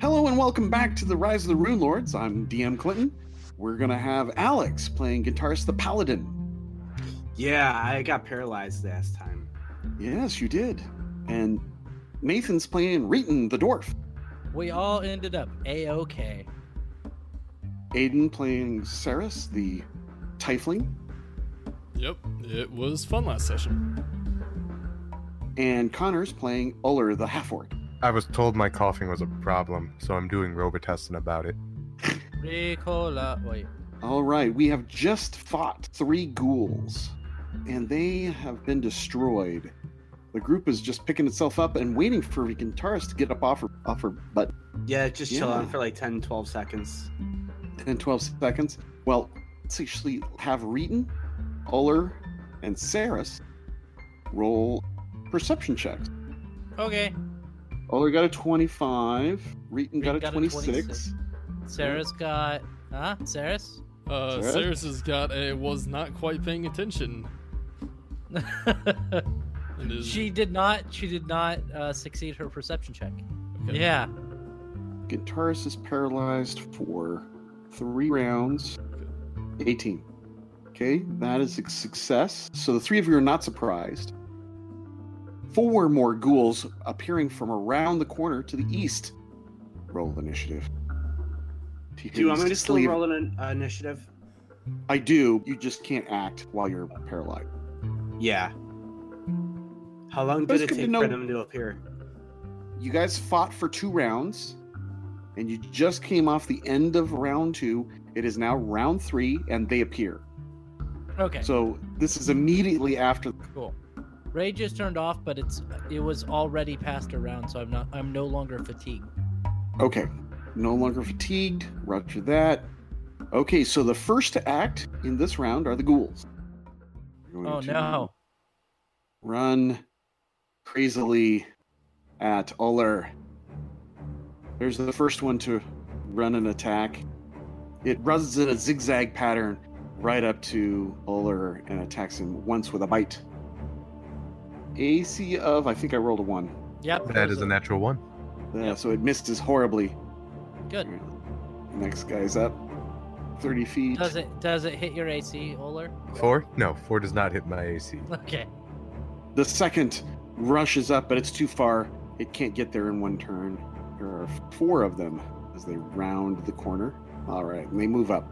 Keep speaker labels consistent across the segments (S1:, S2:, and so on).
S1: Hello and welcome back to the Rise of the Rune Lords. I'm DM Clinton. We're gonna have Alex playing guitarist the Paladin.
S2: Yeah, I got paralyzed last time.
S1: Yes, you did. And Nathan's playing Reeton the Dwarf.
S3: We all ended up a okay.
S1: Aiden playing Saris the Tiefling.
S4: Yep, it was fun last session.
S1: And Connor's playing Uller the Half Orc.
S5: I was told my coughing was a problem, so I'm doing Robitussin about it.
S3: Ricola, wait.
S1: All right, we have just fought three ghouls, and they have been destroyed. The group is just picking itself up and waiting for Vicantaris to get up off her, off her butt
S2: Yeah, just chill
S1: Yeah.
S2: out for like 10, 12 seconds.
S1: in 12 seconds. Well, let's actually have Reeton, Uller, and Saris roll perception checks.
S3: Okay.
S1: Uller got a 25, Reeton got,
S3: Reeton got
S1: a
S3: a
S1: 26,
S3: 26. Sarah's got. Huh? Sarah's?
S4: Uh,
S1: Sarah?
S4: Saris has got a was not quite paying attention. And is,
S3: she did not. She did not uh, succeed her perception check.
S4: Okay.
S3: Yeah.
S1: Guitarist is paralyzed for three rounds. 18. Okay, that is a success. So the three of you are not surprised. Four more ghouls appearing from around the corner to the east. Roll initiative.
S2: Do you want me to
S1: Just
S2: still
S1: leave-
S2: roll an uh, initiative?
S1: I do. You just can't act while you're paralyzed.
S2: Yeah. How long
S1: Those
S2: did it
S1: could be
S2: take
S1: no-
S2: for them to appear?
S1: You guys fought for two rounds, and you just came off the end of round two. It is now round three, and they appear.
S3: Okay.
S1: So this is immediately after
S3: cool. Rage is turned off, but it's it was already past her round, so I'm not. I'm no longer fatigued.
S1: Okay. No longer fatigued. Roger that. Okay, so the first to act in this round are the ghouls. We're going
S3: Oh
S1: to
S3: no.
S1: Run crazily at Uller. There's the first one to run an attack. It runs in a zigzag pattern right up to Uller and attacks him once with a bite. AC of, I think I rolled a one.
S3: Yep.
S5: That
S3: those
S5: is a
S3: are-
S5: natural one.
S1: Yeah, so it misses horribly.
S3: Good.
S1: Next guy's up. 30 feet.
S3: Does it does it hit your AC, Oler?
S5: Four? No, four does not hit my AC.
S3: Okay.
S1: The second rushes up, but it's too far. It can't get there in one turn. There are four of them as they round the corner. All right, and they move up.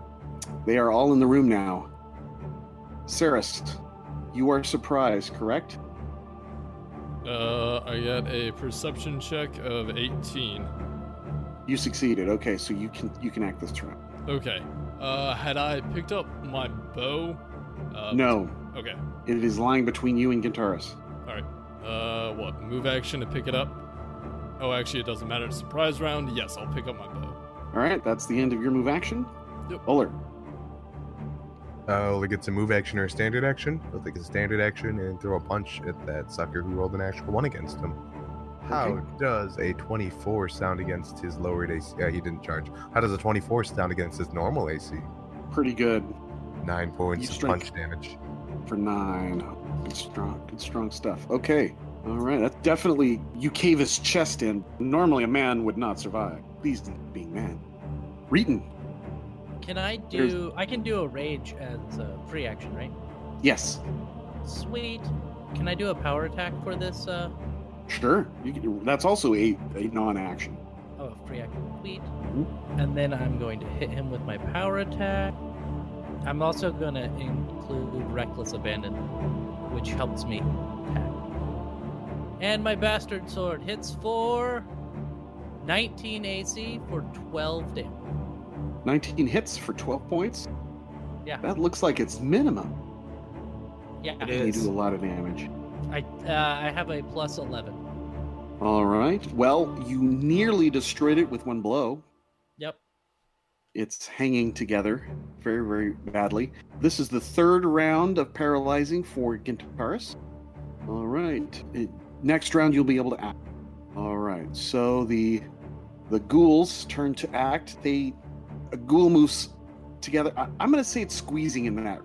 S1: They are all in the room now. Sarist, you are surprised, correct?
S4: Uh, I got a perception check of 18.
S1: You succeeded. Okay, so you can you can act this turn.
S4: Okay. Uh, had I picked up my bow?
S3: Oh.
S4: Uh,
S1: No,
S4: Okay.
S1: it is lying between you and Gintaris.
S4: Uh, what? Move action to pick it up? Oh, actually, it doesn't matter. Surprise round. Yes, I'll pick up my bow.
S1: All right, that's the end of your move action.
S4: Yep.
S1: Uller,
S5: Uh, Ola gets a move action or a standard action. I'll take a standard action and throw a punch at that sucker who rolled an actual one against him. How
S1: Okay.
S5: does a 24 sound against his lowered AC? Yeah, he didn't charge. How does a 24 sound against his normal AC?
S1: pretty good
S5: Nine points
S1: You
S5: of
S1: strike.
S5: punch damage.
S1: for nine. Oh, Good strong, good strong stuff. Okay, all right. That's definitely you cave his chest in. Normally, a man would not survive. Please, being man. Reeton,
S3: Can I
S1: There's-
S3: do? I can do a rage as a free action, right?
S1: yes,
S3: Sweet. Can I do a power attack for this? Uh,
S1: sure. You can, that's also a, a non-action.
S3: oh, free action. Sweet. And then I'm going to hit him with my power attack. I'm also going to include reckless abandon, which helps me attack. And my bastard sword hits for 19 AC for 12 damage.
S1: Nineteen hits for twelve points.
S3: Yeah.
S1: that looks like it's minimum.
S2: It
S3: Yeah,
S1: You
S2: is.
S1: do a lot of damage.
S3: I uh, I have a plus 11.
S1: All right. Well, you nearly destroyed it with one blow.
S3: Yep.
S1: It's hanging together very, very badly. This is the third round of paralyzing for Gintaris. All right. It- next round, you'll be able to act. All right. So the the ghouls turn to act. They a ghoul moves together. I, I'm going to say it's squeezing in that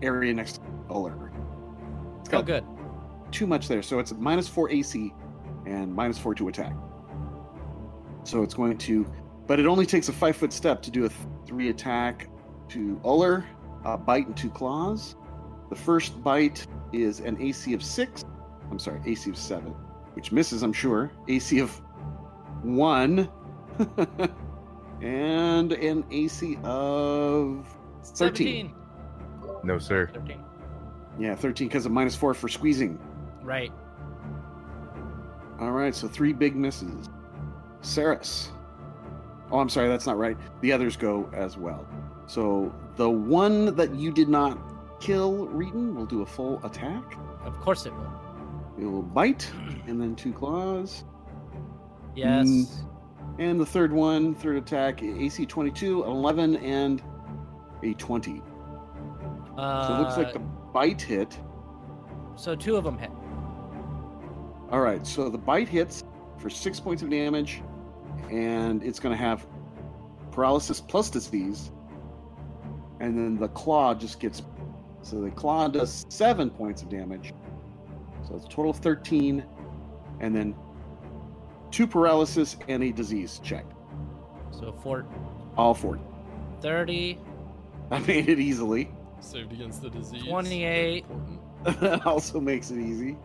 S1: area next to Uller. It's
S3: Oh,
S1: got
S3: good.
S1: too much there, so it's minus four AC and minus four to attack. So it's going to, but it only takes a five foot step to do a th- three attack to Uller, a bite and two claws. The first bite is an AC of six. I'm sorry, AC of seven, which misses, I'm sure. AC of one. and an AC of 13.
S3: 17.
S5: No, sir.
S3: 13.
S1: yeah, 13 because of minus 4 for squeezing.
S3: Right.
S1: All right, so three big misses. Saris. Oh, I'm sorry, that's not right. The others go as well. So the one that you did not kill, Reeton, will do a full attack.
S3: Of course it will.
S1: It will bite, and then two claws.
S3: Yes.
S1: Mm. And the third one, third attack, AC 22, 11, and a 20. So
S3: Uh,
S1: it looks like the bite hit.
S3: so two of them hit.
S1: All right, so the bite hits for six points of damage, and it's going to have paralysis plus disease, and then the claw just gets. So the claw does seven points of damage, so it's a total of thirteen, and then two paralysis and a disease check.
S3: So four,
S1: All four.
S3: 30,
S1: I made it easily.
S4: Saved against the disease.
S3: 28.
S4: Important.
S1: that also makes it easy.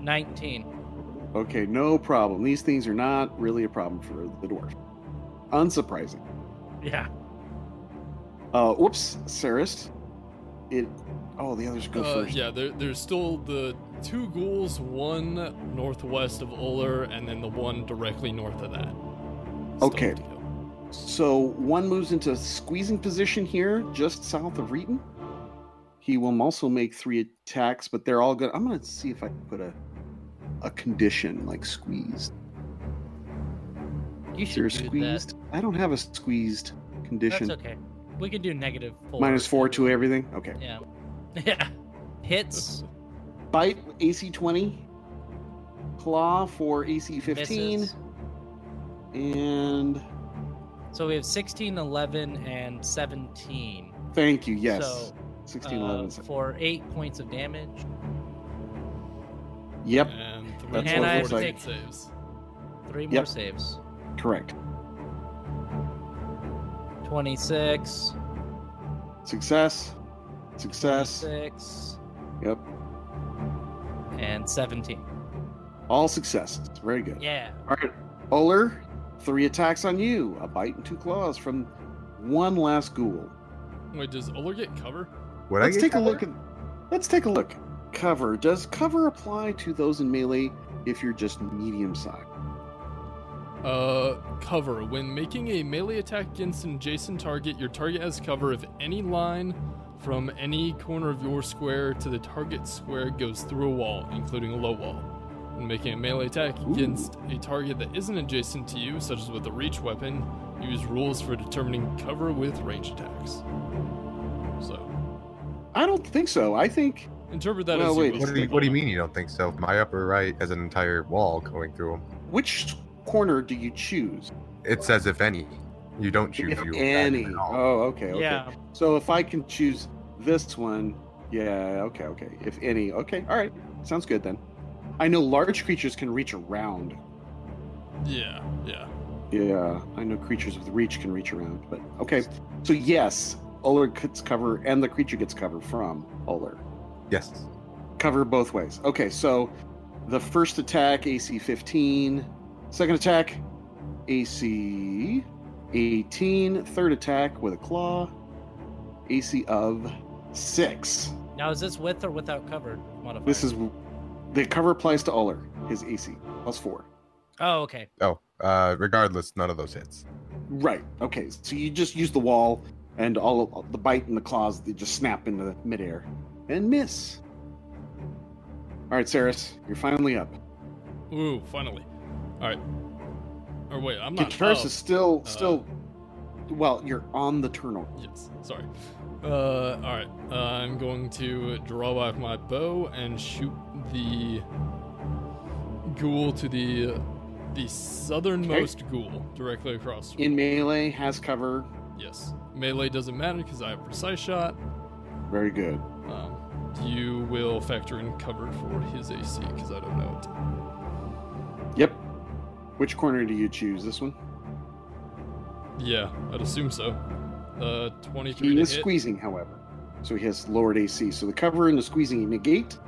S3: 19.
S1: Okay, no problem. These things are not really a problem for the dwarf. Unsurprising.
S3: Yeah.
S1: Uh, whoops, Saris. It. Oh, the others go
S4: Uh,
S1: first.
S4: yeah, there, there's still the two ghouls, one northwest of Uller, and then the one directly north of that. Still
S1: Okay.
S4: have to go.
S1: So one moves into squeezing position here, just south of Reeton. He will also make three attacks, but they're all good. I'm gonna see if I can put a a condition like squeezed.
S3: You
S1: Is there a
S3: should do
S1: squeezed? I don't have a squeezed
S3: that.
S1: condition.
S3: That's okay. We can do negative four.
S1: Minus four to everything. Okay.
S3: Yeah. Yeah. Hits.
S1: Bite AC 20. Claw for AC 15,
S3: Misses.
S1: and
S3: So we have 16, 11, and 17.
S1: thank you. Yes,
S3: So,
S1: 16,
S3: uh,
S1: 11.
S3: for eight points of damage.
S1: Yep,
S4: And three
S1: That's
S4: more
S1: what it
S4: fortitude
S1: looks like.
S4: saves.
S3: Three more
S1: Yep.
S3: saves.
S1: correct.
S3: 26.
S1: Success. Success.
S3: 26.
S1: Yep.
S3: And 17.
S1: All success. Very good.
S3: Yeah.
S1: All right. Uller, three attacks on you. A bite and two claws from one last ghoul.
S4: Wait, does Uller get cover?
S5: Would
S1: let's
S5: I
S1: take
S5: get
S1: a
S5: cover?
S1: look at let's take a look. Cover. Does cover apply to those in melee if you're just medium size?
S4: Uh, cover. When making a melee attack against an adjacent target, your target has cover if any line from any corner of your square to the target square goes through a wall, including a low wall. When making a melee attack
S1: Ooh.
S4: against a target that isn't adjacent to you, such as with a reach weapon, use rules for determining cover with range attacks. So,
S1: I don't think so. I think
S4: interpret that
S1: Well,
S4: as
S1: wait,
S4: will.
S5: What do, you, what do you mean you don't think so? My upper right has an entire wall going through him.
S1: which corner do you choose?
S5: It says if any. You don't choose
S1: If
S5: you.
S1: any.
S5: at all.
S1: Oh, okay, okay.
S3: Yeah.
S1: So if I can choose this one, yeah, okay, okay. If any, okay, all right, sounds good then. I know large creatures can reach around.
S4: Yeah, yeah.
S1: Yeah, I know creatures with reach can reach around, but okay. So yes, Uller gets cover, and the creature gets cover from Uller.
S5: Yes.
S1: Cover both ways. Okay, so the first attack AC 15, second attack AC 18, third attack with a claw AC of six.
S3: Now, is this with or without cover modifier?
S1: This is the cover applies to Uller, his AC plus four.
S3: Oh, okay.
S5: Oh, uh, regardless, none of those hits.
S1: Right. Okay. So you just use the wall and all the bite and the claws they just snap into midair and miss. All right, Saris, you're finally up.
S4: Ooh, finally. All right. Or wait, I'm not. oh.
S1: Kataris
S4: up.
S1: is still still. Well, you're on the turn order.
S4: Yes, sorry. Uh, alright. Uh, I'm going to draw back my bow and shoot the ghoul to the the southernmost ghoul directly across from
S1: In
S4: me.
S1: melee has cover.
S4: Yes. Melee doesn't matter because I have precise shot.
S1: Very good.
S4: Um, you will factor in cover for his AC because I don't know it.
S1: Yep. Which corner do you choose? This one?
S4: Yeah, I'd assume so. Uh, 23
S1: He
S4: to
S1: is
S4: hit.
S1: squeezing, however. So he has lowered AC. So the cover and the squeezing negate.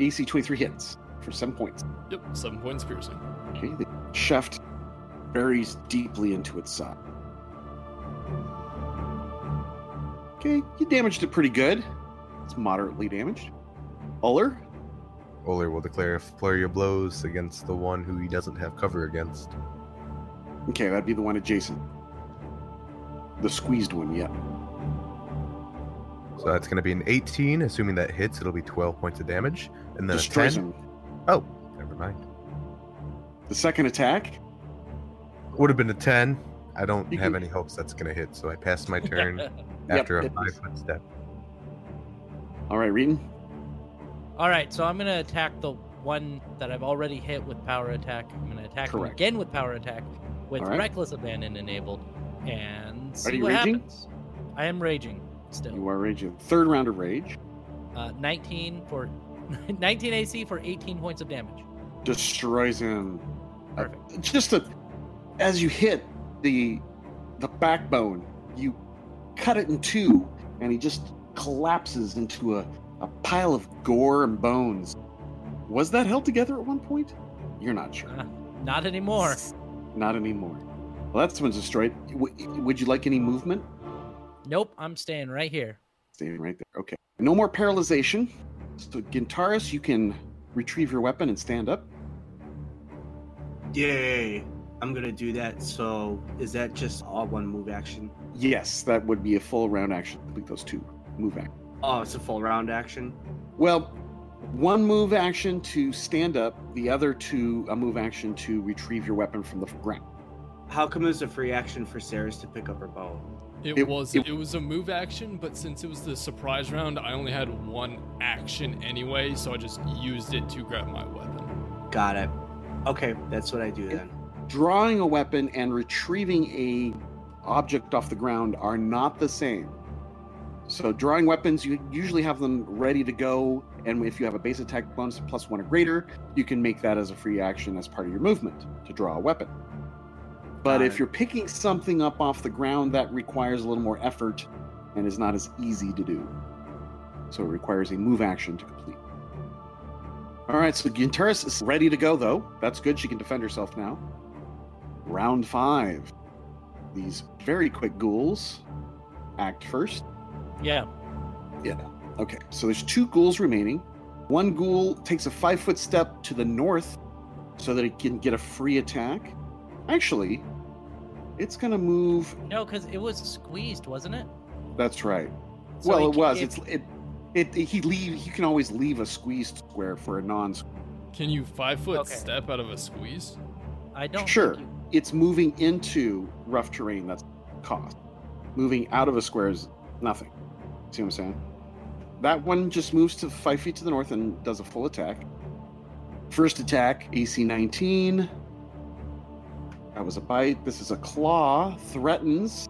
S1: AC 23 hits for seven points.
S4: Yep, seven points piercing.
S1: Okay, the shaft buries deeply into its side. Okay, you damaged it pretty good. It's moderately damaged. Uller,
S5: Oler will declare a flurry of blows against the one who he doesn't have cover against.
S1: Okay, that'd be the one adjacent. The squeezed one, yeah.
S5: So that's going to be an 18. Assuming that hits, it'll be 12 points of damage. And then
S1: Destroys
S5: a 10.
S1: him.
S5: Oh, never mind.
S1: The second attack,
S5: Would have been a 10. I don't
S1: You
S5: have
S1: can-
S5: any hopes that's going to hit, so I pass my
S3: uh,
S5: turn after
S1: it
S5: a five
S1: is.
S5: foot step.
S1: all right, Reading.
S3: All right, so I'm gonna attack the one that I've already hit with power attack. I'm gonna attack him
S1: Correct.
S3: again with power attack, with
S1: All right.
S3: reckless abandon enabled, and see
S1: you
S3: what
S1: raging?
S3: happens. I am raging
S1: You
S3: still.
S1: are raging. Third round of rage.
S3: Uh, 19 for 19 AC for 18 points of damage.
S1: Destroys him. Uh,
S3: Perfect.
S1: Just a, as you hit the the backbone, you cut it in two, and he just collapses into a, a pile of gore and bones. Was that held together at one point? You're not sure.
S3: Uh, Not anymore.
S1: Not anymore. Well, that's one's destroyed. W- would you like any movement?
S3: Nope, I'm staying right here.
S1: Staying right there. Okay. No more paralyzation. So, Gintaris, you can retrieve your weapon and stand up.
S2: Yay! I'm gonna do that. So is that just all one move action?
S1: Yes, that would be a full round action. Complete those two move action.
S2: Oh, it's a full round action.
S1: Well, one move action to stand up, the other two a move action to retrieve your weapon from the ground.
S2: How come it's a free action for Ceres to pick up her bow?
S4: It,
S1: It-
S4: was it,
S1: it-
S4: was a move action, but since it was the surprise round, I only had one action anyway, so I just used it to grab my weapon.
S2: Got it. Okay, that's what I do then.
S1: Drawing a weapon and retrieving a object off the ground are not the same. So drawing weapons, you usually have them ready to go, and if you have a base attack bonus of plus one or greater, you can make that as a free action as part of your movement to draw a weapon. But
S2: Got
S1: if
S2: it.
S1: you're picking something up off the ground, that requires a little more effort and is not as easy to do. So it requires a move action to complete. All right, so Gintaris is ready to go, though. That's good. She can defend herself now. Round five. These very quick ghouls act first.
S3: Yeah.
S1: Okay, so there's two ghouls remaining. One ghoul takes a five foot step to the north so that it can get a free attack. Actually, it's going to move.
S3: No, because it was squeezed, wasn't it?
S1: That's right.
S3: So
S1: well,
S3: he
S1: it
S3: ca-
S1: was.
S3: if-
S1: It's it, it. He leave. He can always leave a squeezed square for a non.
S4: Can you five foot
S3: Okay.
S4: step out of a squeeze?
S3: I don't. think
S1: Sure.
S3: you-
S1: It's moving into rough terrain. That's cost. Moving out of a square is nothing. See what I'm saying? That one just moves to five feet to the north and does a full attack. First attack, AC 19. That was a bite. This is a claw. Threatens.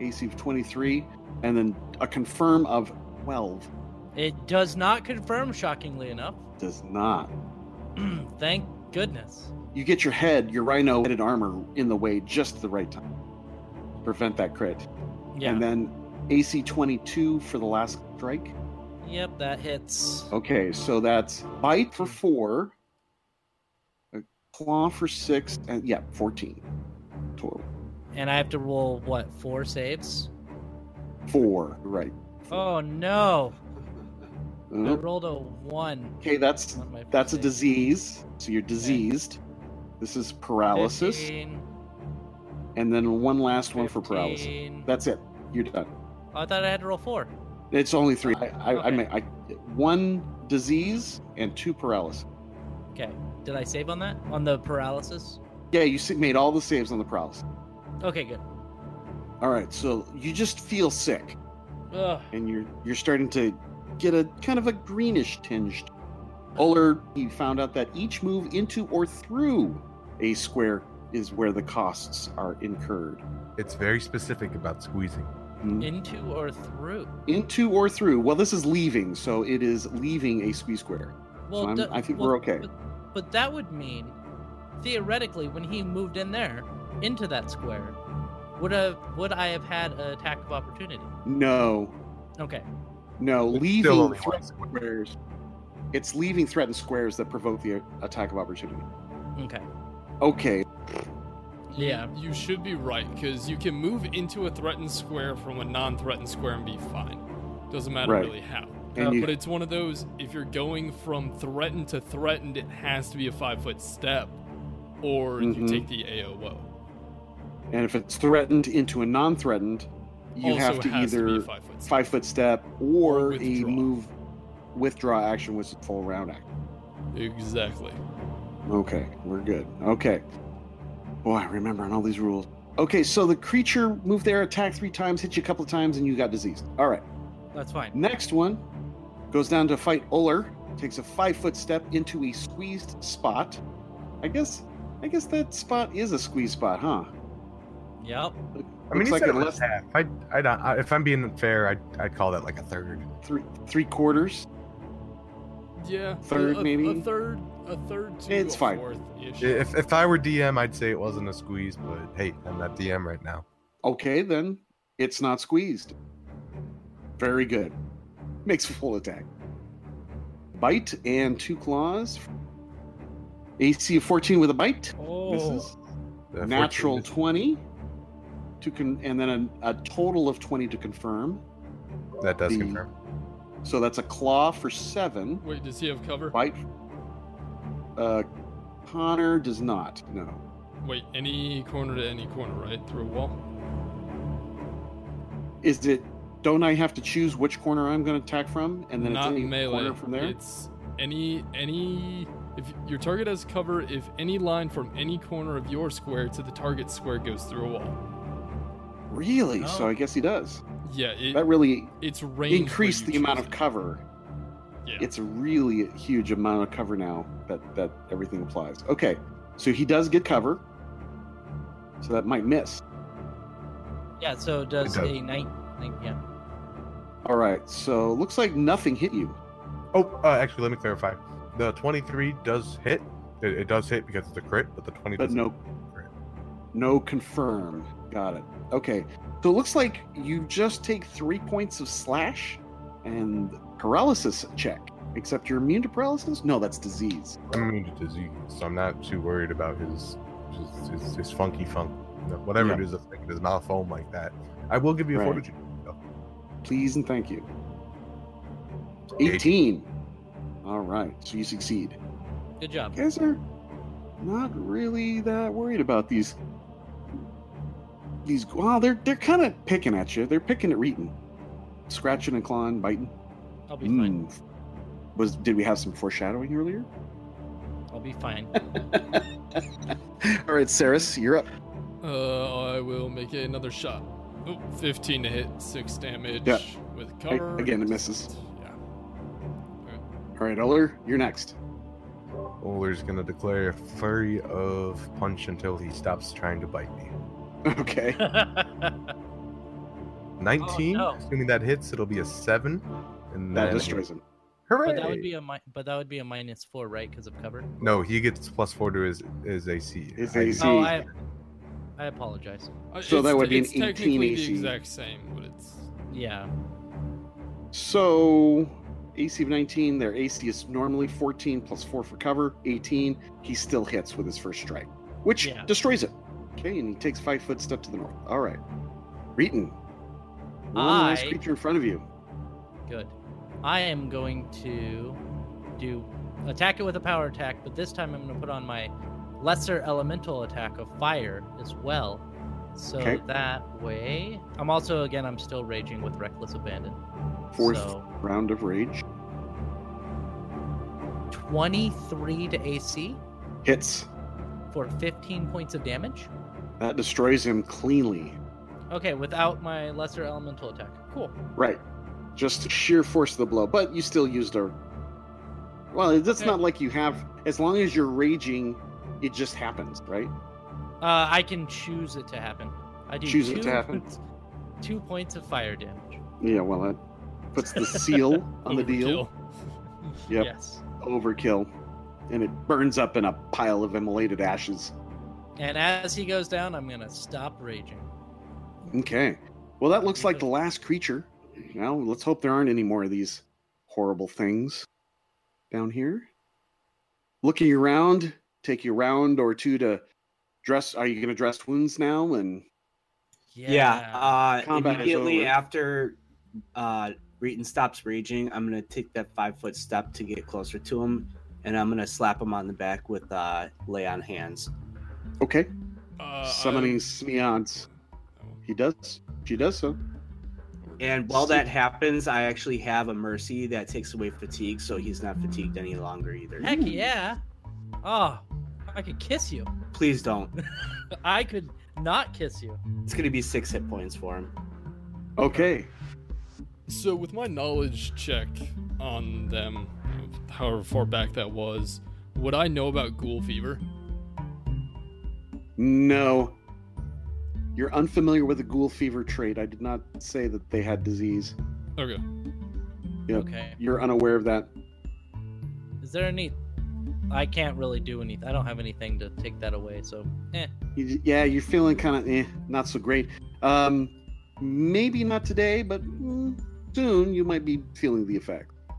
S1: AC of 23. And then a confirm of 12.
S3: It does not confirm, shockingly enough.
S1: Does not.
S3: Thank goodness.
S1: you get your head, your rhino headed armor in the way just the right time. to Prevent that crit.
S3: Yeah.
S1: And then AC 22 for the last strike.
S3: Yep, that hits.
S1: Okay, so that's bite for four, a claw for six, and yeah, 14 total.
S3: And I have to roll what? Four saves.
S1: Four, right.
S3: Oh no! I
S1: Uh,
S3: rolled a one.
S1: Okay, that's
S3: on my
S1: that's a
S3: first save.
S1: disease. So you're diseased. This is paralysis,
S3: 15,
S1: and then one last one for paralysis.
S3: 15.
S1: That's it. You're done.
S3: Oh, I thought I had to roll four.
S1: It's only three. I, I, I,
S3: Okay.
S1: mean, I, one disease and two paralysis.
S3: Okay. Did I save on that? On the paralysis?
S1: Yeah, you s- made all the saves on the paralysis.
S3: Okay, good.
S1: All right, so you just feel sick,
S3: Ugh.
S1: and you're you're starting to get a kind of a greenish tinge. Uller, he found out that each move into or through a square is where the costs are incurred.
S5: It's very specific about squeezing.
S1: Mm.
S3: Into or through?
S1: Into or through. Well, this is leaving, so it is leaving a squeeze square.
S3: Well,
S1: I'm-
S3: d-
S1: I think
S3: well,
S1: we're okay.
S3: But, but that would mean theoretically, when he moved in there into that square, would have would I have had an attack of opportunity?
S1: No,
S3: Okay,
S1: no,
S5: It's still
S1: leaving
S5: only one
S1: threatened
S5: square.
S1: squares. It's leaving threatened squares that provoke the attack of opportunity.
S3: okay,
S1: Okay,
S3: yeah.
S4: You should be right because you can move into a threatened square from a non-threatened square and be fine. Doesn't matter
S1: Right.
S4: really how.
S1: and
S3: Uh,
S1: you
S4: But it's one of those. If you're going from threatened to threatened, it has to be a five-foot step, or you
S1: Mhm.
S4: take the AOO.
S1: and if it's threatened into a non-threatened, you
S4: also
S1: have to
S4: has
S1: either
S4: to be a five-foot step.
S1: five foot step or,
S4: Or
S1: a
S4: withdraw.
S1: move withdraw action with full round action.
S4: Exactly.
S1: Okay, we're good. Okay. Boy, remembering all these rules. Okay, so the creature moved there, attacked three times, hit you a couple of times, and you got diseased. All right.
S3: That's fine.
S1: Next one goes down to fight Uller. Takes a five foot step into a squeezed spot. I guess, I guess that spot is a squeeze spot, huh?
S3: Yep.
S5: I mean,
S1: Looks
S5: he
S1: like it
S5: said it
S1: left-
S5: was half. I, I, don't- I, if I'm being fair, I'd, I'd call that like a third.
S1: Three, three quarters.
S4: Yeah. a-
S1: Third,
S4: a,
S1: maybe?
S4: A third. A third to
S1: It's
S4: a
S1: fine.
S4: fourth-ish.
S5: If, if I were DM, I'd say it wasn't a squeeze, but hey, I'm not DM right now.
S1: Okay, then it's not squeezed. Very good. Makes a full attack. Bite and two claws. AC of 14 with a bite.
S3: Oh,
S1: Misses.
S5: The 14
S1: Natural
S5: is-
S1: 20 to con- and then a, a total of 20 to confirm.
S5: That does
S1: the-
S5: confirm.
S1: So that's a claw for 7.
S4: Wait, does he have cover?
S1: Bite. Uh Connor does not. No.
S4: Wait, any corner to any corner, right? Through a wall.
S1: Is it don't I have to choose which corner I'm going to attack from and then
S4: Not
S1: it's any
S4: melee.
S1: corner from there?
S4: It's any any. If your target has cover, if any line from any corner of your square to the target square goes through a wall.
S1: Really?
S3: Oh.
S1: So I guess he does.
S4: Yeah, it,
S1: That really
S4: it's range. where
S1: increase
S4: you
S1: the
S4: choose
S1: amount of
S4: it.
S1: cover.
S4: Yeah.
S1: It's a really huge amount of cover now that that everything applies. Okay, so he does get cover, so that might miss.
S3: Yeah. So does
S5: does.
S3: a night? like, Yeah.
S1: All right, so looks like nothing hit you.
S5: Oh, uh, actually, let me clarify. The 23 does hit. It, it does hit because it's a crit, but the 20
S1: But
S5: doesn't.
S1: no, no confirm. Got it. Okay, so it looks like you just take three points of slash and paralysis check. Except you're immune to paralysis? No, that's disease.
S5: I'm immune to disease, so I'm not too worried about his his, his, his funky funk. No, whatever it
S1: Yeah.
S5: is, the thing does not foam like that. I will give you a
S1: Right.
S5: fortitude.
S1: Please and thank you. E 18.
S5: Eighteen.
S1: All right, so you succeed.
S3: Good job.
S1: guys are not really that worried about these these well they're they're kind of picking at you they're picking at reetin scratching and clawing biting
S3: I'll be fine.
S1: Mm. was did we have some foreshadowing earlier Mm.
S3: I'll be fine.
S1: all right Saris, you're up
S4: Uh, I will make another shot. Oh, 15 to hit, 6 damage
S1: Yeah.
S4: with cover.
S1: again, it misses.
S4: Yeah.
S1: all right Uller, you're next
S5: Oler's gonna declare a flurry of punch until he stops trying to bite me.
S1: okay
S5: 19.
S3: no.
S5: Assuming that hits, it'll be a seven, and
S1: that
S5: then
S1: destroys him
S5: hooray!
S3: but that would be a mi- but that would be a minus four, right? Because of cover.
S5: no, he gets plus four to his his AC.
S1: His
S5: I-
S1: AC.
S3: Oh, I I apologize.
S4: Uh,
S1: So
S4: it's-
S1: that would be an
S4: it's
S1: 18
S4: technically the
S1: AC.
S4: exact same, but it's.
S3: Yeah.
S1: so AC of 19 their AC is normally 14 plus 4 for cover 18 he still hits with his first strike which
S3: Yeah.
S1: destroys it okay and he takes five foot step to the north all right Reeton one last
S3: I-
S1: creature in front of you
S3: Good. I am going to do attack it with a power attack, but this time I'm going to put on my lesser elemental attack of fire as well. So
S1: Okay.
S3: that way, I'm also again I'm still raging with reckless abandon.
S1: Fourth.
S3: So
S1: round of rage
S3: 23 to AC
S1: hits
S3: for 15 points of damage.
S1: that destroys him cleanly
S3: Okay, without my lesser elemental attack. Cool.
S1: right just sheer force of the blow but you still used a well it's
S3: Okay.
S1: not like you have as long as you're raging it just happens right
S3: Uh, I can choose it to happen. I do
S1: Choose
S3: two,
S1: it to happen.
S3: points- two points of fire damage.
S1: yeah well that puts the seal on the deal
S4: overkill.
S1: Yep.
S3: Yes.
S1: overkill and it burns up in a pile of immolated ashes.
S3: And as he goes down, I'm gonna stop raging.
S1: Okay. Well, that looks like the last creature. Now, let's hope there aren't any more of these horrible things down here. Looking around, take you a round or two to dress. Are you going to dress wounds now? And
S2: Yeah. uh,
S1: Combat is
S2: immediately
S1: over.
S2: after uh, Reeton stops raging, I'm gonna take that five foot step to get closer to him, and I'm gonna slap him on the back with uh, lay on hands.
S1: okay,
S4: Uh,
S1: summoning Smeons. He does. She does so.
S2: And while that happens, I actually have a mercy that takes away fatigue, so he's not fatigued any longer either.
S3: Heck yeah. Oh, I could kiss you.
S2: Please don't.
S3: I could not kiss you.
S2: It's gonna be six hit points for him.
S1: Okay.
S4: So, with my knowledge check on them, however far back that was, would I know about ghoul fever?
S1: No. You're unfamiliar with the ghoul fever trait. I did not say that they had disease.
S4: Okay.
S1: Yep.
S3: Okay.
S1: You're unaware of that.
S3: Is there any? I can't really do anything. I don't have anything to take that away. So, eh.
S1: You, yeah, you're feeling kind of eh, not so great. Um, maybe not today, but mm, soon you might be feeling the effect.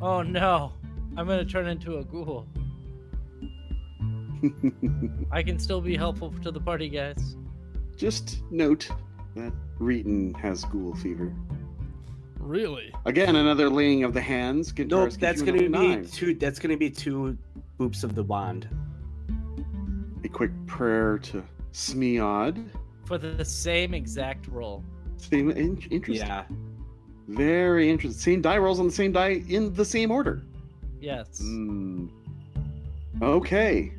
S3: Oh no, I'm gonna turn into a ghoul. I can still be helpful to the party, guys.
S1: Just note that Reeton has ghoul fever.
S4: Really?
S1: Again, another laying of the hands.
S2: Nope,
S1: Gintaris, gives
S2: that's gonna
S1: you
S2: be
S1: another nine.
S2: two. That's gonna be two boops of the wand.
S1: a quick prayer to Smeod.
S3: For the same exact role.
S1: Same in- interesting.
S2: Yeah,
S1: Very interesting. Same die rolls on the same die in the same order.
S3: Yes.
S1: Hmm. Okay.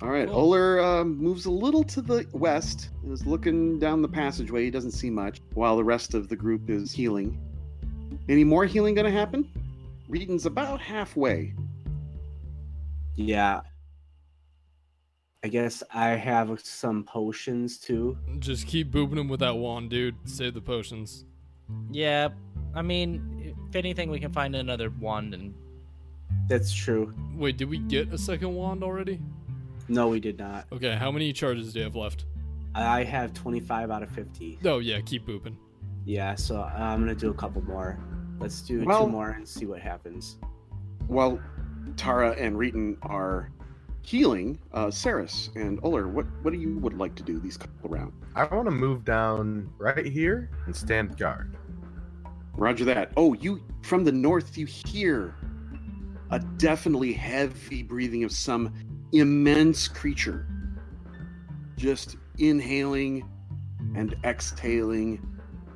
S1: All right.
S3: Cool.
S1: Oler um, moves a little to the west and is looking down the passageway. He doesn't see much while the rest of the group is healing. Any more healing going to happen? Reeton's about halfway.
S2: yeah. I guess I have some potions too.
S4: Just keep booping him with that wand, dude. Save the potions.
S3: Yeah. I mean, if anything, we can find another wand and
S2: That's true.
S4: Wait, did we get a second wand already?
S2: No, we did not.
S4: Okay, how many charges do you have left?
S2: I have 25 out of 50.
S4: Oh, yeah, keep booping.
S2: Yeah, so I'm gonna do a couple more. Let's do
S1: Well-
S2: two more and see what happens.
S1: While Tara and Reeton are healing, uh, Saris and Oler, what, what do you would like to do these couple rounds?
S5: I want to move down right here and stand guard.
S1: Roger that. Oh, you from the north, you hear a definitely heavy breathing of some immense creature just inhaling and exhaling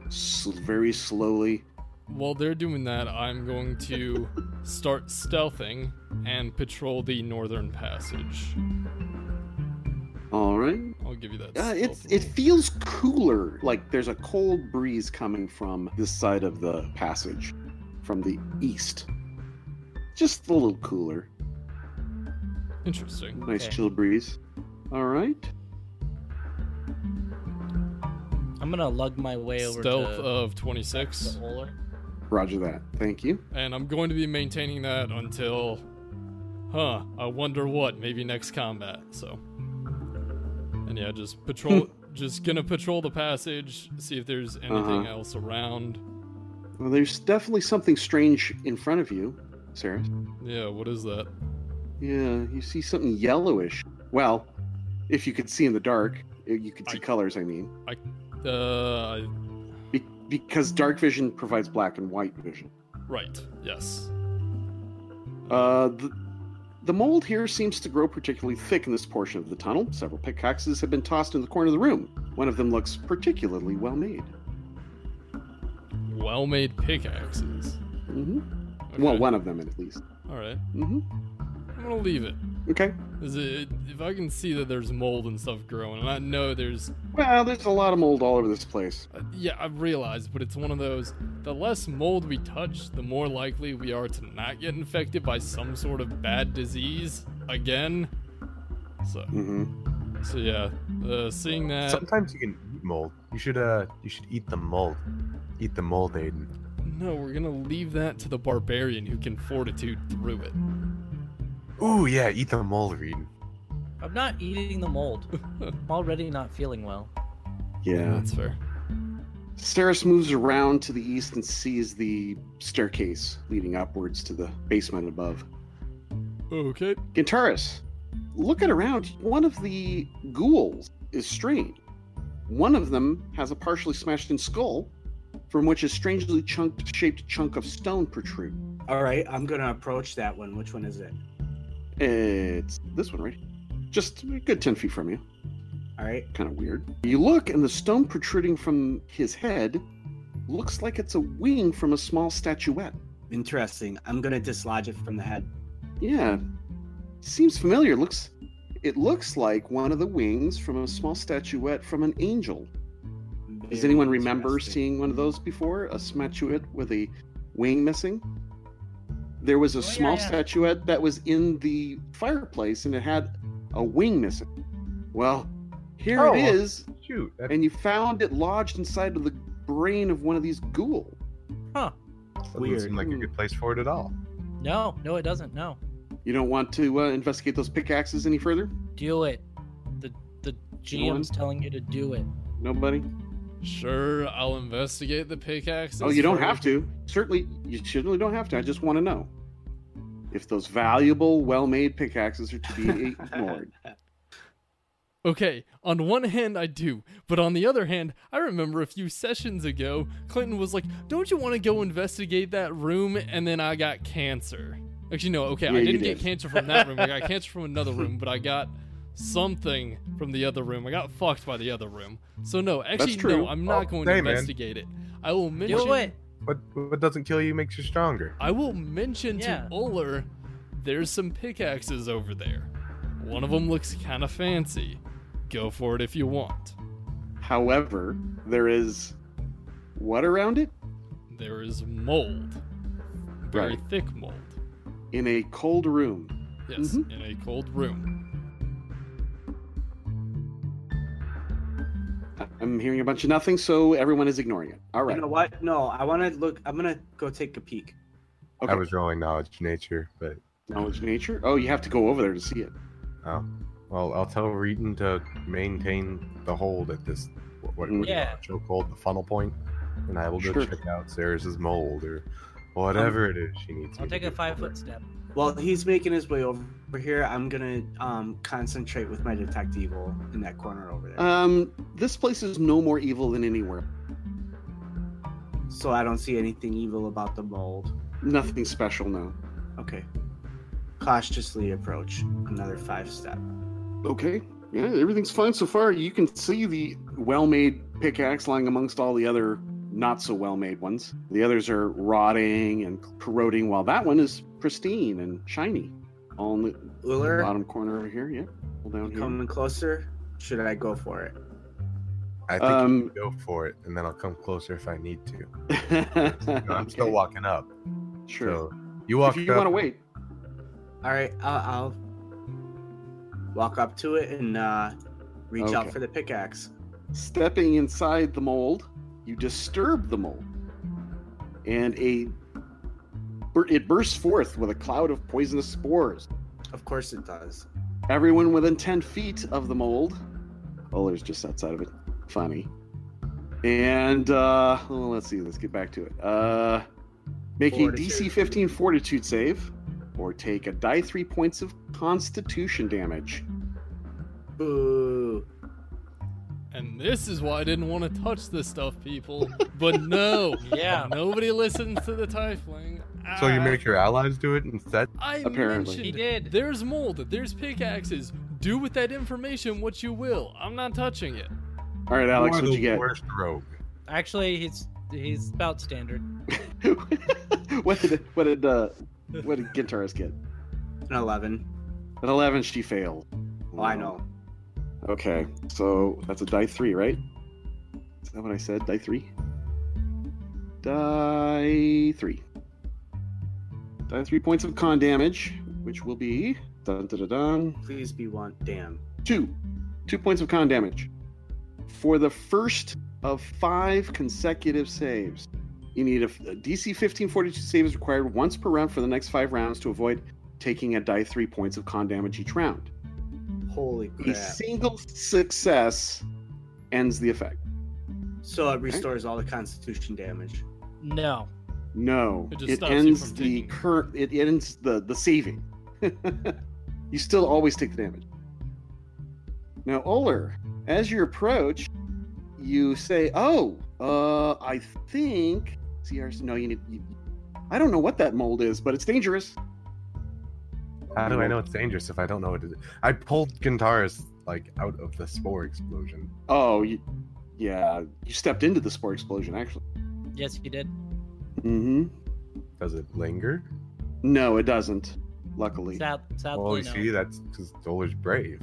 S1: s- very slowly.
S4: While they're doing that, I'm going to start stealthing and patrol the northern passage.
S1: All right.
S4: I'll give you that.
S1: Uh, it's,
S4: stealth
S1: it
S4: roll.
S1: feels cooler. Like there's a cold breeze coming from this side of the passage from the east. Just a little cooler.
S4: Interesting.
S1: Nice
S3: Okay.
S1: chill breeze. All right.
S3: I'm gonna lug my way over
S4: Stealth uh,
S3: to,
S4: of
S3: back to
S4: 26.
S3: Oler.
S1: Roger that. Thank you.
S4: And I'm going to be maintaining that until. Huh, I wonder what, maybe next combat, so. And yeah, just patrol. just gonna patrol the passage, see if there's anything
S1: Uh-huh.
S4: else around.
S1: Well, there's definitely something strange in front of you, Sarah.
S4: Yeah, what is that?
S1: Yeah, you see something yellowish. Well, if you could see in the dark, if you could see
S4: I-
S1: colors, I mean.
S4: Uh,
S1: Be- because dark vision provides black and white vision.
S4: right, yes.
S1: Uh, the, the mold here seems to grow particularly thick in this portion of the tunnel. Several pickaxes have been tossed in the corner of the room. One of them looks particularly well made.
S4: Well made pickaxes.
S1: hmm
S4: Okay.
S1: Well, one of them at least.
S4: Alright,
S1: hmm
S4: I'm gonna leave it.
S1: Okay.
S4: Is it. If I can see that there's mold and stuff growing, and I know there's
S1: Well, there's a lot of mold all over this place.
S4: Uh, yeah, I realize, but it's one of those. The less mold we touch, the more likely we are to not get infected by some sort of bad disease again. So,
S1: hmm
S4: so yeah, uh, seeing that.
S5: Sometimes you can eat mold. You should uh, you should eat the mold. Eat the mold, Aiden.
S4: No, we're gonna leave that to the barbarian who can fortitude through it.
S5: Ooh, yeah, eat the mole, Reed.
S3: I'm not eating the mold. I'm already not feeling well.
S4: Yeah,
S1: Yeah.
S4: that's fair.
S1: Saris moves around to the east and sees the staircase leading upwards to the basement above.
S4: Okay.
S1: Gintaris, looking around, one of the ghouls is strange. One of them has a partially smashed in skull from which a strangely chunked shaped chunk of stone protrude.
S2: All right, I'm gonna approach that one. Which one is it?
S1: It's this one right here. Just a good 10 feet from you.
S2: All right,
S1: Kind of weird. You look, and the stone protruding from his head looks like it's a wing from a small statuette.
S2: interesting. I'm gonna dislodge it from the head.
S1: Yeah. Seems familiar. Looks it looks like one of the wings from a small statuette from an angel. Does
S2: Very
S1: anyone remember
S2: interesting. Hmm.
S1: seeing one of those before? A statuette with a wing missing? There was a
S3: Oh, yeah,
S1: small
S3: yeah.
S1: statuette that was in the fireplace and it had a wing missing. Well, here
S5: Oh.
S1: it is,
S5: Shoot, that
S1: and you found it lodged inside of the brain of one of these ghouls.
S5: doesn't
S2: weird.
S5: seem like a good place for it at all.
S3: No, no, it doesn't. No.
S1: You don't want to uh, investigate those pickaxes any further?
S3: Do it. The the GM's telling you to do it.
S1: Nobody?
S4: Sure, I'll investigate the pickaxes.
S1: Oh, you don't
S4: further.
S1: have to. Certainly, you certainly don't have to. I just want to know if those valuable, well-made pickaxes are to be ignored.
S4: Okay, on one hand I do, but on the other hand, I remember a few sessions ago, Clinton was like, "Don't you want to go investigate that room?" and then I got cancer. Actually, no. Okay,
S1: Yeah,
S4: I
S1: you
S4: didn't get
S1: did.
S4: cancer from that room. I got cancer from another room, but I got something from the other room. I got fucked by the other room. So no, actually,
S1: true.
S4: no. I'm not
S5: Oh,
S4: going to
S5: hey, man.
S4: investigate it. I will mention.
S3: Do it.
S5: What what doesn't kill you makes you stronger.
S4: I will mention
S3: Yeah.
S4: to Uller, there's some pickaxes over there. One of them looks kind of fancy. Go for it if you want.
S1: However, there is what around it
S4: There is mold, very
S1: Right.
S4: thick mold.
S1: in a cold room.
S4: Yes,
S1: Mhm.
S4: in a cold room.
S1: I'm hearing a bunch of nothing, so everyone is ignoring it. All right.
S2: You know what? No, I want to look. I'm gonna go take a peek.
S1: Okay.
S5: I was rolling knowledge nature, but
S1: Knowledge of nature. Oh, you have to go over there to see it.
S5: oh, well, I'll tell Reeton to maintain the hold at this what, what what do you
S3: Yeah.
S5: call it? chokehold, the funnel point, and I will go
S1: Sure.
S5: check out Sarah's mold or whatever it is she needs.
S3: Um, I'll
S5: me to
S3: take a
S5: do.
S3: five foot step.
S2: While he's making his way over here, I'm gonna um, concentrate with my detect evil in that corner over there,
S1: Um, this place is no more evil than anywhere.
S2: so I don't see anything evil about the mold.
S1: Nothing special, no.
S2: Okay. Cautiously approach another five step.
S1: Okay. Yeah, everything's fine so far. You can see the well made pickaxe lying amongst all the other not so well made ones. The others are rotting and corroding, while that one is pristine and shiny. All in the
S2: Uller,
S1: bottom corner over here. Yeah. Pull down
S2: you
S1: here.
S2: coming closer? Should I go for it?
S5: I think
S1: Um,
S5: you can go for it, and then I'll come closer if I need to. You know, I'm still
S1: Okay,
S5: walking up.
S1: Sure.
S5: So you walk
S1: if you
S5: up.
S1: want to wait,
S2: All right, I'll, I'll walk up to it and uh, reach
S1: Okay.
S2: out for the pickaxe.
S1: stepping inside the mold, you disturb the mold, and a bur- it bursts forth with a cloud of poisonous spores.
S2: Of course it does.
S1: Everyone within 10 feet of the mold. Oler's just outside of it. Funny. And uh, well, let's see, let's get back to it. Uh, make
S2: Fortitude.
S1: a DC 15 fortitude save or take a die three points of constitution damage.
S2: Boo.
S4: And this is why I didn't want to touch this stuff, people. But no,
S3: Yeah.
S4: nobody listens to the Tiefling.
S5: So you
S4: Ah.
S5: make your allies do it instead.
S4: I
S1: Apparently.
S4: mentioned
S3: He did.
S4: There's mold. There's pickaxes. Do with that information what you will. I'm not touching it.
S1: All right, Alex,
S5: are
S1: what'd
S5: the
S1: you get?
S5: Worst rogue.
S3: Actually, he's he's about standard.
S1: what did what did uh, what did Gintaris get?
S2: An 11.
S1: At 11, she failed.
S2: Oh, I know.
S1: Okay, so that's a die three, right? Is that what I said? Die three? Die three. Die three points of con damage, which will be dun, dun, dun, dun,
S2: Please be one. Damn.
S1: two. Two points of con damage. For the first of five consecutive saves, you need a, a DC 15 42 save is required once per round for the next five rounds to avoid taking a die three points of con damage each round.
S2: Holy
S1: A
S2: crap!
S1: single success ends the effect.
S2: So it restores all the Constitution damage.
S3: No.
S1: No,
S4: It
S1: it,
S4: just stops you
S1: ends
S4: from
S1: the
S4: taking-
S1: current. It ends the the saving. you still always take the damage. Now, Oler, as you approach, you say, "Oh, uh, I think CRC. No, you need. You, I don't know what that mold is, but it's dangerous.
S5: How do I know it's dangerous if I don't know what it is? I pulled Kintaris like out of the spore explosion.
S1: Oh, you, yeah, you stepped into the spore explosion, actually.
S3: Yes, you did.
S1: Mm-hmm.
S5: Does it linger?
S1: No, it doesn't. Luckily,
S3: Sad, sadly,
S5: well, you
S3: no.
S5: see, that's because Dolar's brave.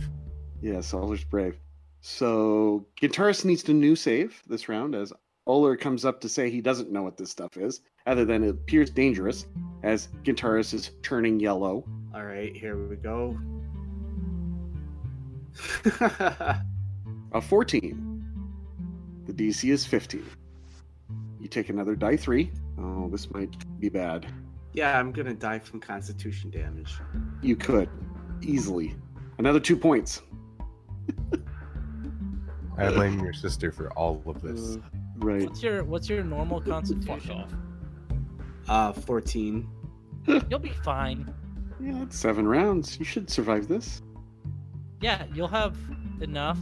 S1: Yes, Oler's brave. So Guitarist needs to new save this round as Oler comes up to say he doesn't know what this stuff is, other than it appears dangerous, as Guitarist is turning yellow.
S2: All right, here we go.
S1: A 14. The DC is 15. You take another die three. Oh, this might be bad.
S2: yeah, I'm gonna die from Constitution damage.
S1: You could. Easily. Another two points.
S5: I blame your sister for all of this.
S2: Uh,
S1: Right.
S3: What's your What's your normal
S4: Fuck
S3: constitution?
S4: off.
S2: Uh, 14.
S3: You'll be fine.
S1: Yeah, that's seven rounds. You should survive this.
S3: Yeah, you'll have enough.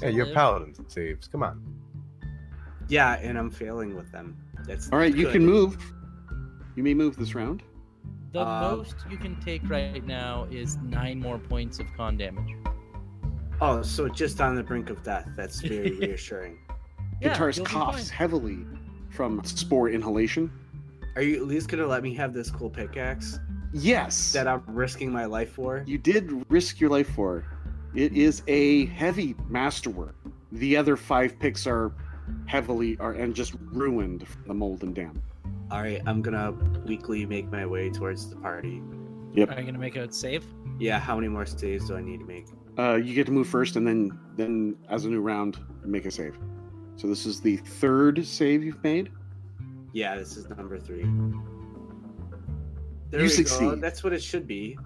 S3: to
S5: Yeah, your
S3: live.
S5: paladin saves. Come on.
S2: Yeah, and I'm failing with them. That's
S1: All right, you
S2: good.
S1: can move. You may move this round.
S3: The
S2: Uh,
S3: most you can take right now is nine more points of con damage.
S2: Oh, so just on the brink of death. That's very reassuring.
S3: Yeah,
S1: Guitarist
S3: you'll be
S1: coughs
S3: fine.
S1: heavily from spore inhalation.
S2: Are you at least gonna let me have this cool pickaxe
S1: Yes.
S2: that I'm risking my life for?
S1: you did risk your life for. It is a heavy masterwork. The other five picks are heavily are and just ruined from the mold and dam.
S2: All right, I'm gonna weakly make my way towards the party.
S3: Are you gonna make a save?
S2: Yeah, how many more staves do I need to make?
S1: Uh, you get to move first, and then then as a new round, make a save. So this is the third save you've made.
S2: Yeah, this is number three. There
S1: You
S2: we go.
S1: succeed.
S2: That's what it should be.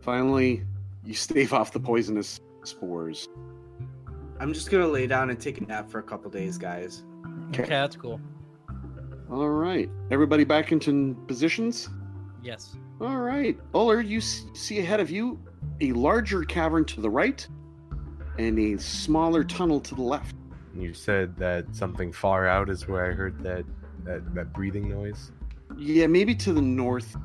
S1: Finally, you stave off the poisonous spores.
S2: I'm just gonna lay down and take a nap for a couple days, guys.
S1: Okay.
S3: okay that's cool.
S1: All right, everybody back into positions.
S3: Yes.
S1: All right, Uller, you s- see ahead of you a larger cavern to the right and a smaller tunnel to the left.
S5: You said that something far out is where I heard that that, that breathing noise.
S1: Yeah, maybe to the north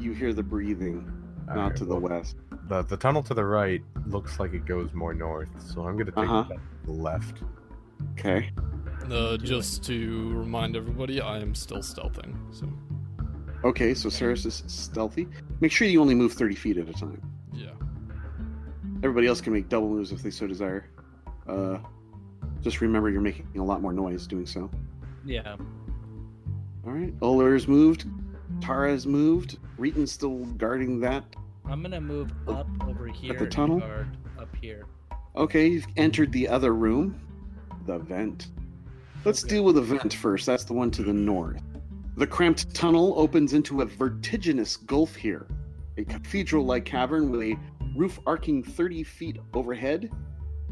S1: you hear the breathing, not
S5: Alright,
S1: to the
S5: well,
S1: west.
S5: The, the tunnel to the right looks like it goes more north, so I'm gonna take
S1: Uh-huh.
S5: that to the left.
S1: Okay.
S4: Uh, just to remind everybody, I am still stealthing. So,
S1: Okay, so Saris is stealthy. Make sure you only move 30 feet at a time.
S4: yeah.
S1: Everybody else can make double moves if they so desire. Uh, just remember you're making a lot more noise doing so.
S3: Yeah.
S1: All right, Uller's moved. Tara's moved. Reeton's still guarding that
S3: I'm gonna move up over here. and
S1: tunnel?
S3: guard up here.
S1: Okay, you've entered the other room, the vent. Let's
S3: Okay.
S1: deal with the vent first. That's the one to the north. The cramped tunnel opens into a vertiginous gulf here, a cathedral like cavern with a roof arcing 30 feet overhead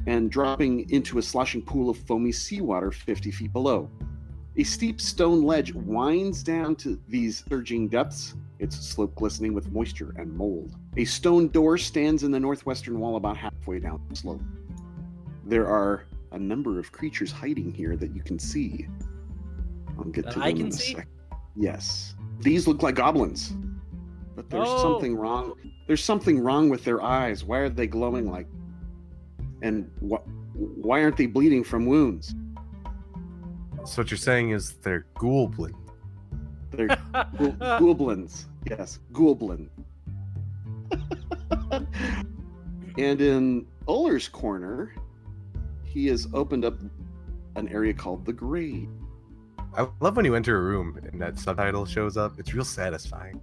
S1: and dropping into a sloshing pool of foamy seawater 50 feet below. A steep stone ledge winds down to these surging depths, its slope glistening with moisture and mold. A stone door stands in the northwestern wall about halfway down the slope. There are a number of creatures hiding here that you can see. I'll get
S3: That
S1: to them
S3: I
S1: in
S3: can
S1: a
S3: see?
S1: sec. Yes. These look like goblins. But there's
S3: Oh.
S1: something wrong. There's something wrong with their eyes. Why are they glowing like and wh- why aren't they bleeding from wounds?
S5: So what you're saying is they're goblin.
S1: They're Ghoul-
S3: Oh,
S5: Uh,
S1: Goblins. Yes, Goblin. and in Uller's corner, he has opened up an area called the Grave.
S5: I love when you enter a room and that subtitle shows up. It's real satisfying.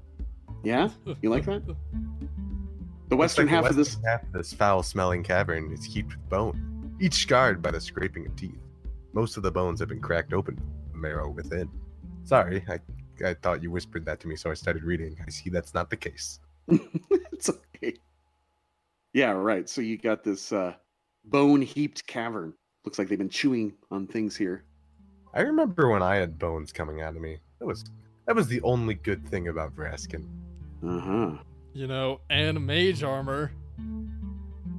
S1: Yeah? You like that? The western
S5: It's
S1: half
S5: like the
S1: of this
S5: western half of this foul-smelling cavern is heaped with bone, each scarred by the scraping of teeth. Most of the bones have been cracked open, marrow within. Sorry, I, I thought you whispered that to me, so I started reading. I see that's not the case.
S1: it's okay. Yeah, right. So you got this uh, bone heaped cavern. Looks like they've been chewing on things here.
S5: I remember when I had bones coming out of me. That was that was the only good thing about Vraskin.
S1: Uh huh.
S4: You know, and mage armor.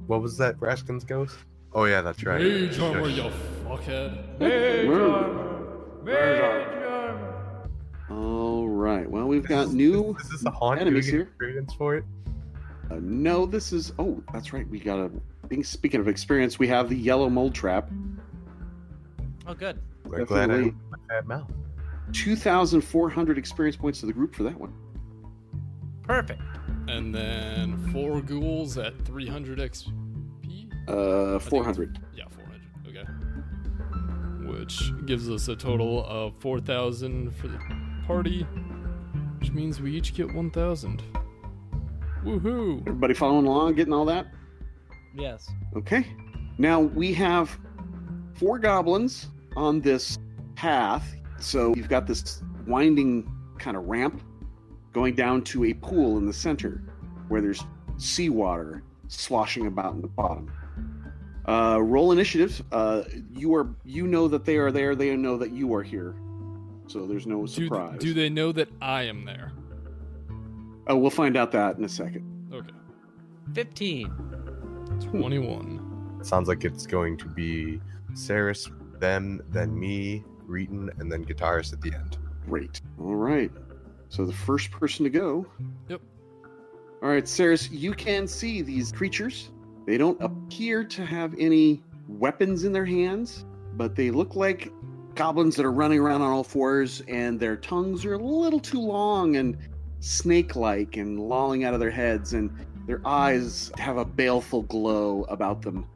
S5: What was that Vraskin's ghost? Oh yeah, that's right.
S4: Mage armor, you fuckhead.
S1: All right. Well, we've got new.
S5: Is this a haunt? Do we
S1: enemies
S5: get
S1: here.
S5: experience for it?
S1: Uh, no, this is. Oh, that's right. We got a. I think speaking of experience, we have the yellow mold trap.
S3: Oh, good.
S5: We're glad I
S1: Definitely.
S5: didn't put that mouth.
S1: 2,400 experience points to the group for that one.
S3: Perfect.
S4: And then four ghouls at 300 XP?
S1: Uh, 400.
S4: Yeah, 400. Okay. Which gives us a total of 4,000 for the party, which means we each get 1,000. Woohoo!
S1: Everybody following along, getting all that?
S3: Yes.
S1: Okay. Now we have four goblins on this path. So you've got this winding kind of ramp going down to a pool in the center where there's seawater sloshing about in the bottom. Uh, roll initiatives. Uh, you are you know that they are there. They know that you are here. So there's no
S4: Do,
S1: surprise.
S4: do they know that I am there?
S1: oh, we'll find out that in a second.
S4: Okay.
S3: 15.
S4: 21.
S5: Sounds like it's going to be Saris, them, then me, Reeton, and then guitarist at the end.
S1: Great. All right. So the first person to go
S4: Yep.
S1: All right, Saris, you can see these creatures. They don't appear to have any weapons in their hands, but they look like goblins that are running around on all fours, and their tongues are a little too long and snake like and lolling out of their heads, and their eyes have a baleful glow about them.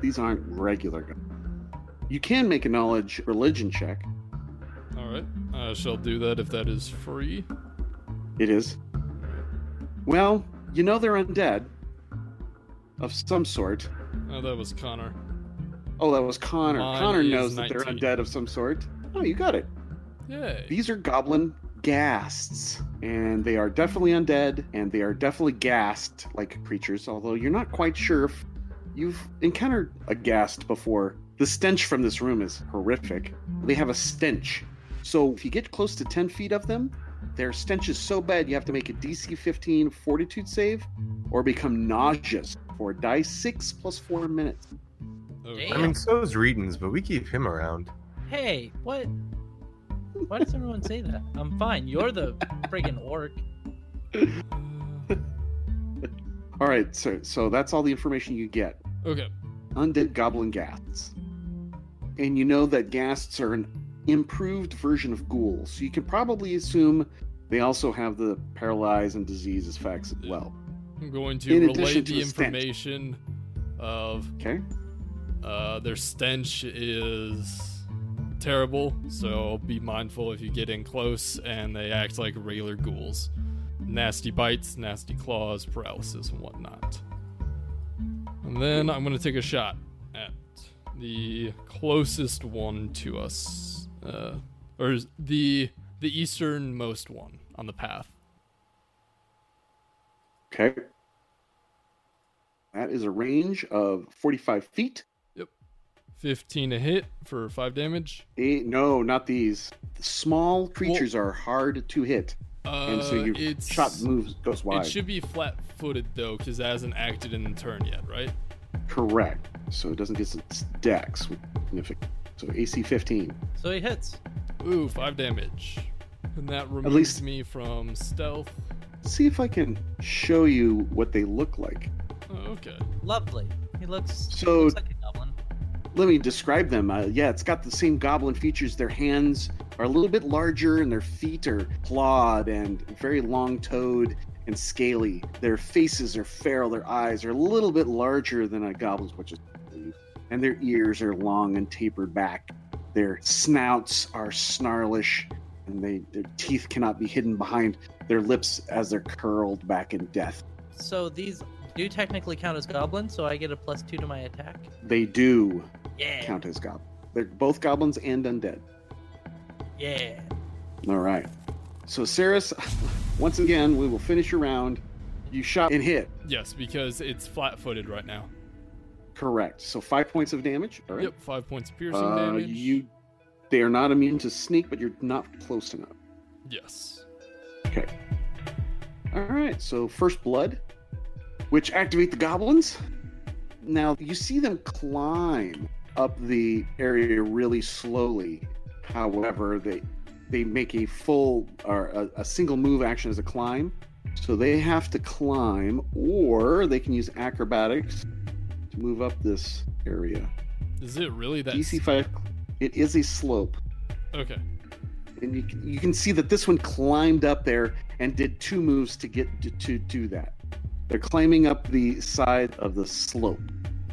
S1: These aren't regular. goblins. You can make a knowledge religion check.
S4: Alright. I shall do that if that is free.
S1: It is. Well, you know they're undead of some sort.
S4: Oh, that was Connor.
S1: Oh, that was Connor.
S4: Mine
S1: Connor
S4: is
S1: knows that they're
S4: 19.
S1: undead of some sort. Oh, you got it.
S4: Yay.
S1: These are goblin ghasts, and they are definitely undead, and they are definitely ghast like creatures, although you're not quite sure if you've encountered a ghast before. The stench from this room is horrific. They have a stench. So if you get close to 10 feet of them, their stench is so bad you have to make a DC 15 fortitude save or become nauseous for die 6 plus 4 minutes.
S4: Okay.
S5: I
S3: Damn.
S5: mean, so is Reeton's, but we keep him around.
S3: Hey, what? Why does everyone say that? I'm fine. You're the friggin' orc.
S4: Uh,
S1: All right, so so that's all the information you get.
S4: Okay.
S1: Undead goblin ghasts, and you know that ghasts are an improved version of ghouls. So you can probably assume they also have the paralyze and disease effects as well.
S4: I'm going to
S1: In
S4: relay
S1: addition to
S4: the
S1: the stench.
S4: information of
S1: Okay,
S4: Uh, their stench is terrible, so be mindful if you get in close and they act like regular ghouls. Nasty bites, nasty claws, paralysis, and whatnot. And then I'm going to take a shot at the closest one to us, uh, or is the the easternmost one on the path.
S1: okay. That is a range of forty-five feet.
S4: 15 to hit for five damage.
S1: Eh, no, not these. The small creatures are hard to hit,
S4: Uh,
S1: and so your
S4: it's,
S1: shot moves goes wide.
S4: It should be flat-footed though, because it hasn't acted in the turn yet, right?
S1: Correct. So it doesn't get its dex. with significant- So AC 15.
S3: So he hits.
S4: Ooh, five damage, and that removes
S1: least-
S4: me from stealth.
S1: See if I can show you what they look like.
S4: Oh, okay.
S3: Lovely. He looks,
S1: So-
S3: looks like a goblin.
S1: Let me describe them. Uh, yeah, it's got the same goblin features. Their hands are a little bit larger, and their feet are clawed and very long toed and scaly. Their faces are feral. Their eyes are a little bit larger than a goblin's, which is. And their ears are long and tapered back. Their snouts are snarlish, and they, their teeth cannot be hidden behind their lips as they're curled back in death.
S3: So these do technically count as goblins, so I get a plus two to my attack.
S1: They do
S3: Yeah.
S1: count as goblins. They're both goblins and undead.
S3: Yeah.
S1: All right. So, Saris, once again, we will finish your round. You shot and hit.
S4: Yes, because it's flat-footed right now.
S1: Correct. So five points of damage. All right.
S4: Yep, five points of piercing
S1: Uh,
S4: damage.
S1: you, they are not immune to sneak, but you're not close enough.
S4: Yes.
S1: All right, so first blood, which activate the goblins. Now you see them climb up the area really slowly. However, they they make a full or a, a single move action as a climb, so they have to climb, or they can use acrobatics to move up this area.
S4: Is it really that?
S1: DC five. It is a slope
S4: Okay.
S1: and you can, you can see that this one climbed up there and did two moves to get to, to do that. They're climbing up the side of the slope.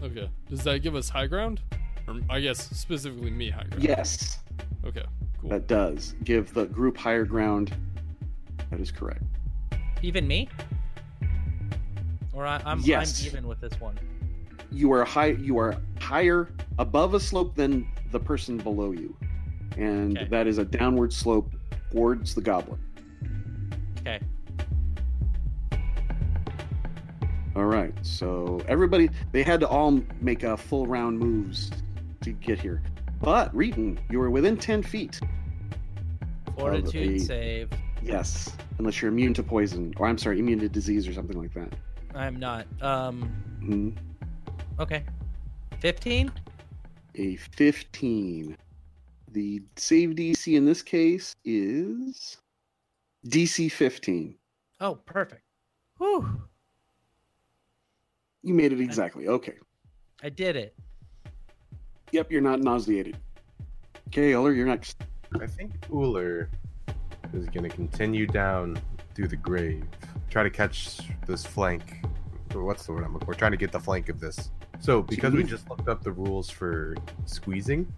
S4: Okay. Does that give us high ground? Or I guess specifically me high ground.
S1: Yes,
S4: Okay. Cool.
S1: that does give the group higher ground. That is correct.
S3: Even me? Or I, I'm,
S1: Yes.
S3: I'm even with this one.
S1: You are high. You are higher above a slope than the person below you, and
S3: Okay.
S1: that is a downward slope towards the goblin.
S3: Okay.
S1: All right. So everybody, they had to all make a full round moves to get here. But Reeton, you were within ten feet.
S3: Fortitude
S1: eight.
S3: save.
S1: Yes, unless you're immune to poison, or I'm sorry, immune to disease or something like that.
S3: I'm not. Um.
S1: hmm
S3: Okay. Fifteen.
S1: A 15. The save DC in this case is DC 15.
S3: Oh, perfect. Whew.
S1: You made it exactly. Okay.
S3: I did it.
S1: Yep, you're not nauseated. Okay, Uller, you're next.
S5: I think Uller is going to continue down through the grave, try to catch this flank. or What's the word I'm looking for? Trying to get the flank of this. So, because we
S1: move.
S5: just looked up the rules for squeezing,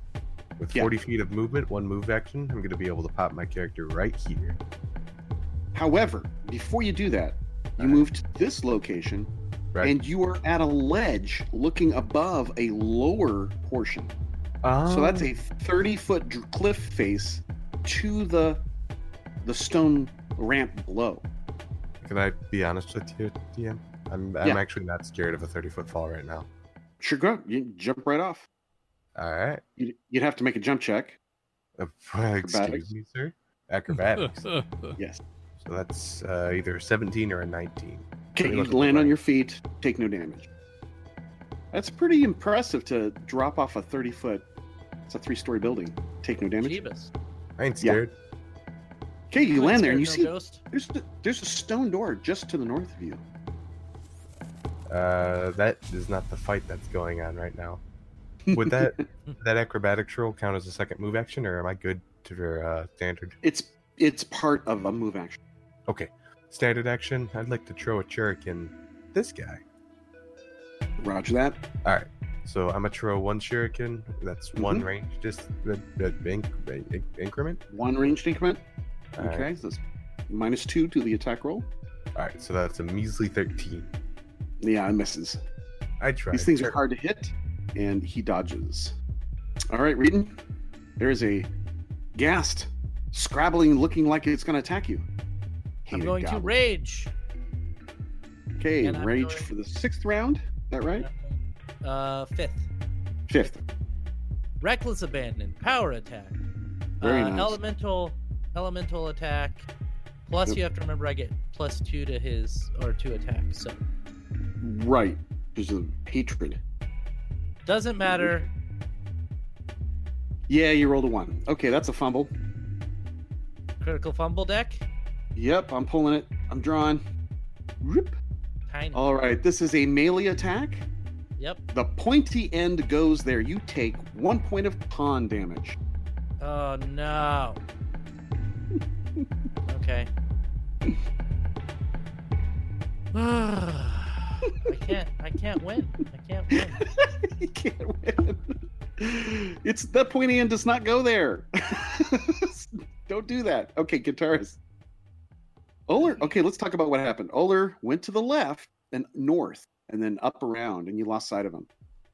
S5: with
S1: Yeah.
S5: 40 feet of movement, one move action, I'm going to be able to pop my character right here.
S1: However, before you do that, you
S5: Alright.
S1: move to this location,
S5: Right.
S1: and you are at a ledge looking above a lower portion.
S5: Oh.
S1: So that's a 30 foot dr- cliff face to the the stone ramp below.
S5: Can I be honest with you, DM? I'm, I'm
S1: Yeah.
S5: actually not scared of a 30 foot fall right now.
S1: Sure, go. You can jump right off.
S5: All right.
S1: You'd, you'd have to make a jump check.
S5: Uh, Excuse
S1: Acrobatics.
S5: me, sir. Acrobatics. so
S1: Yes.
S5: that's uh, either a 17 or a 19.
S1: Okay,
S5: Pretty
S1: you
S5: much
S1: land on
S5: right.
S1: your feet, take no damage. That's pretty impressive to drop off a 30 foot. It's a three story building. Take no damage.
S3: Jeebus.
S5: I ain't
S1: Yeah.
S5: scared.
S1: Okay, you
S3: Quick
S1: land there and you
S3: scared,
S1: see
S3: no ghost.
S1: there's a, there's a stone door just to the north of you.
S5: Uh, that is not the fight that's going on right now. Would that that acrobatics roll count as a second move action, or am I good to uh, standard?
S1: It's it's part of a move action.
S5: Okay, standard action. I'd like to throw a shuriken. This guy.
S1: Roger that.
S5: So I'm gonna throw one shuriken. That's one
S1: Mhm.
S5: range. Just uh, uh, inc- uh, inc- increment.
S1: One ranged increment.
S5: All right.
S1: okay, so that's minus two to the attack roll.
S5: All right. So that's a measly thirteen.
S1: Yeah, it misses.
S5: I tried.
S1: These things are hard to hit, and he dodges. All right, Reedon. There is a ghast, scrabbling, looking like it's going to attack you.
S3: I'm
S1: Hated
S3: going to
S1: goblin.
S3: rage.
S1: Okay,
S3: and I'm
S1: rage
S3: going-
S1: for the sixth round. Is that right?
S3: Uh, fifth.
S1: Fifth.
S3: Reckless abandon. Power attack.
S1: Very
S3: uh,
S1: nice.
S3: Elemental. Elemental attack. Plus,
S1: Yep.
S3: you have to remember I get plus two to his or two attack. So
S1: Right. There's a hatred.
S3: doesn't matter.
S1: Yeah, you rolled a one. Okay, that's a fumble.
S3: Critical fumble deck.
S1: Yep, I'm pulling it. I'm drawing. Rip.
S3: Tiny.
S1: All right, this is a melee attack.
S3: Yep.
S1: The pointy end goes there. You take one point of con damage.
S3: Oh no. okay. I can't. I can't win. I can't win.
S1: you can't win. It's that pointy end does not go there. Don't do that. Okay, guitarist. Oler. Okay, let's talk about what happened. Oler went to the left and north, and then up around, and you lost sight of him.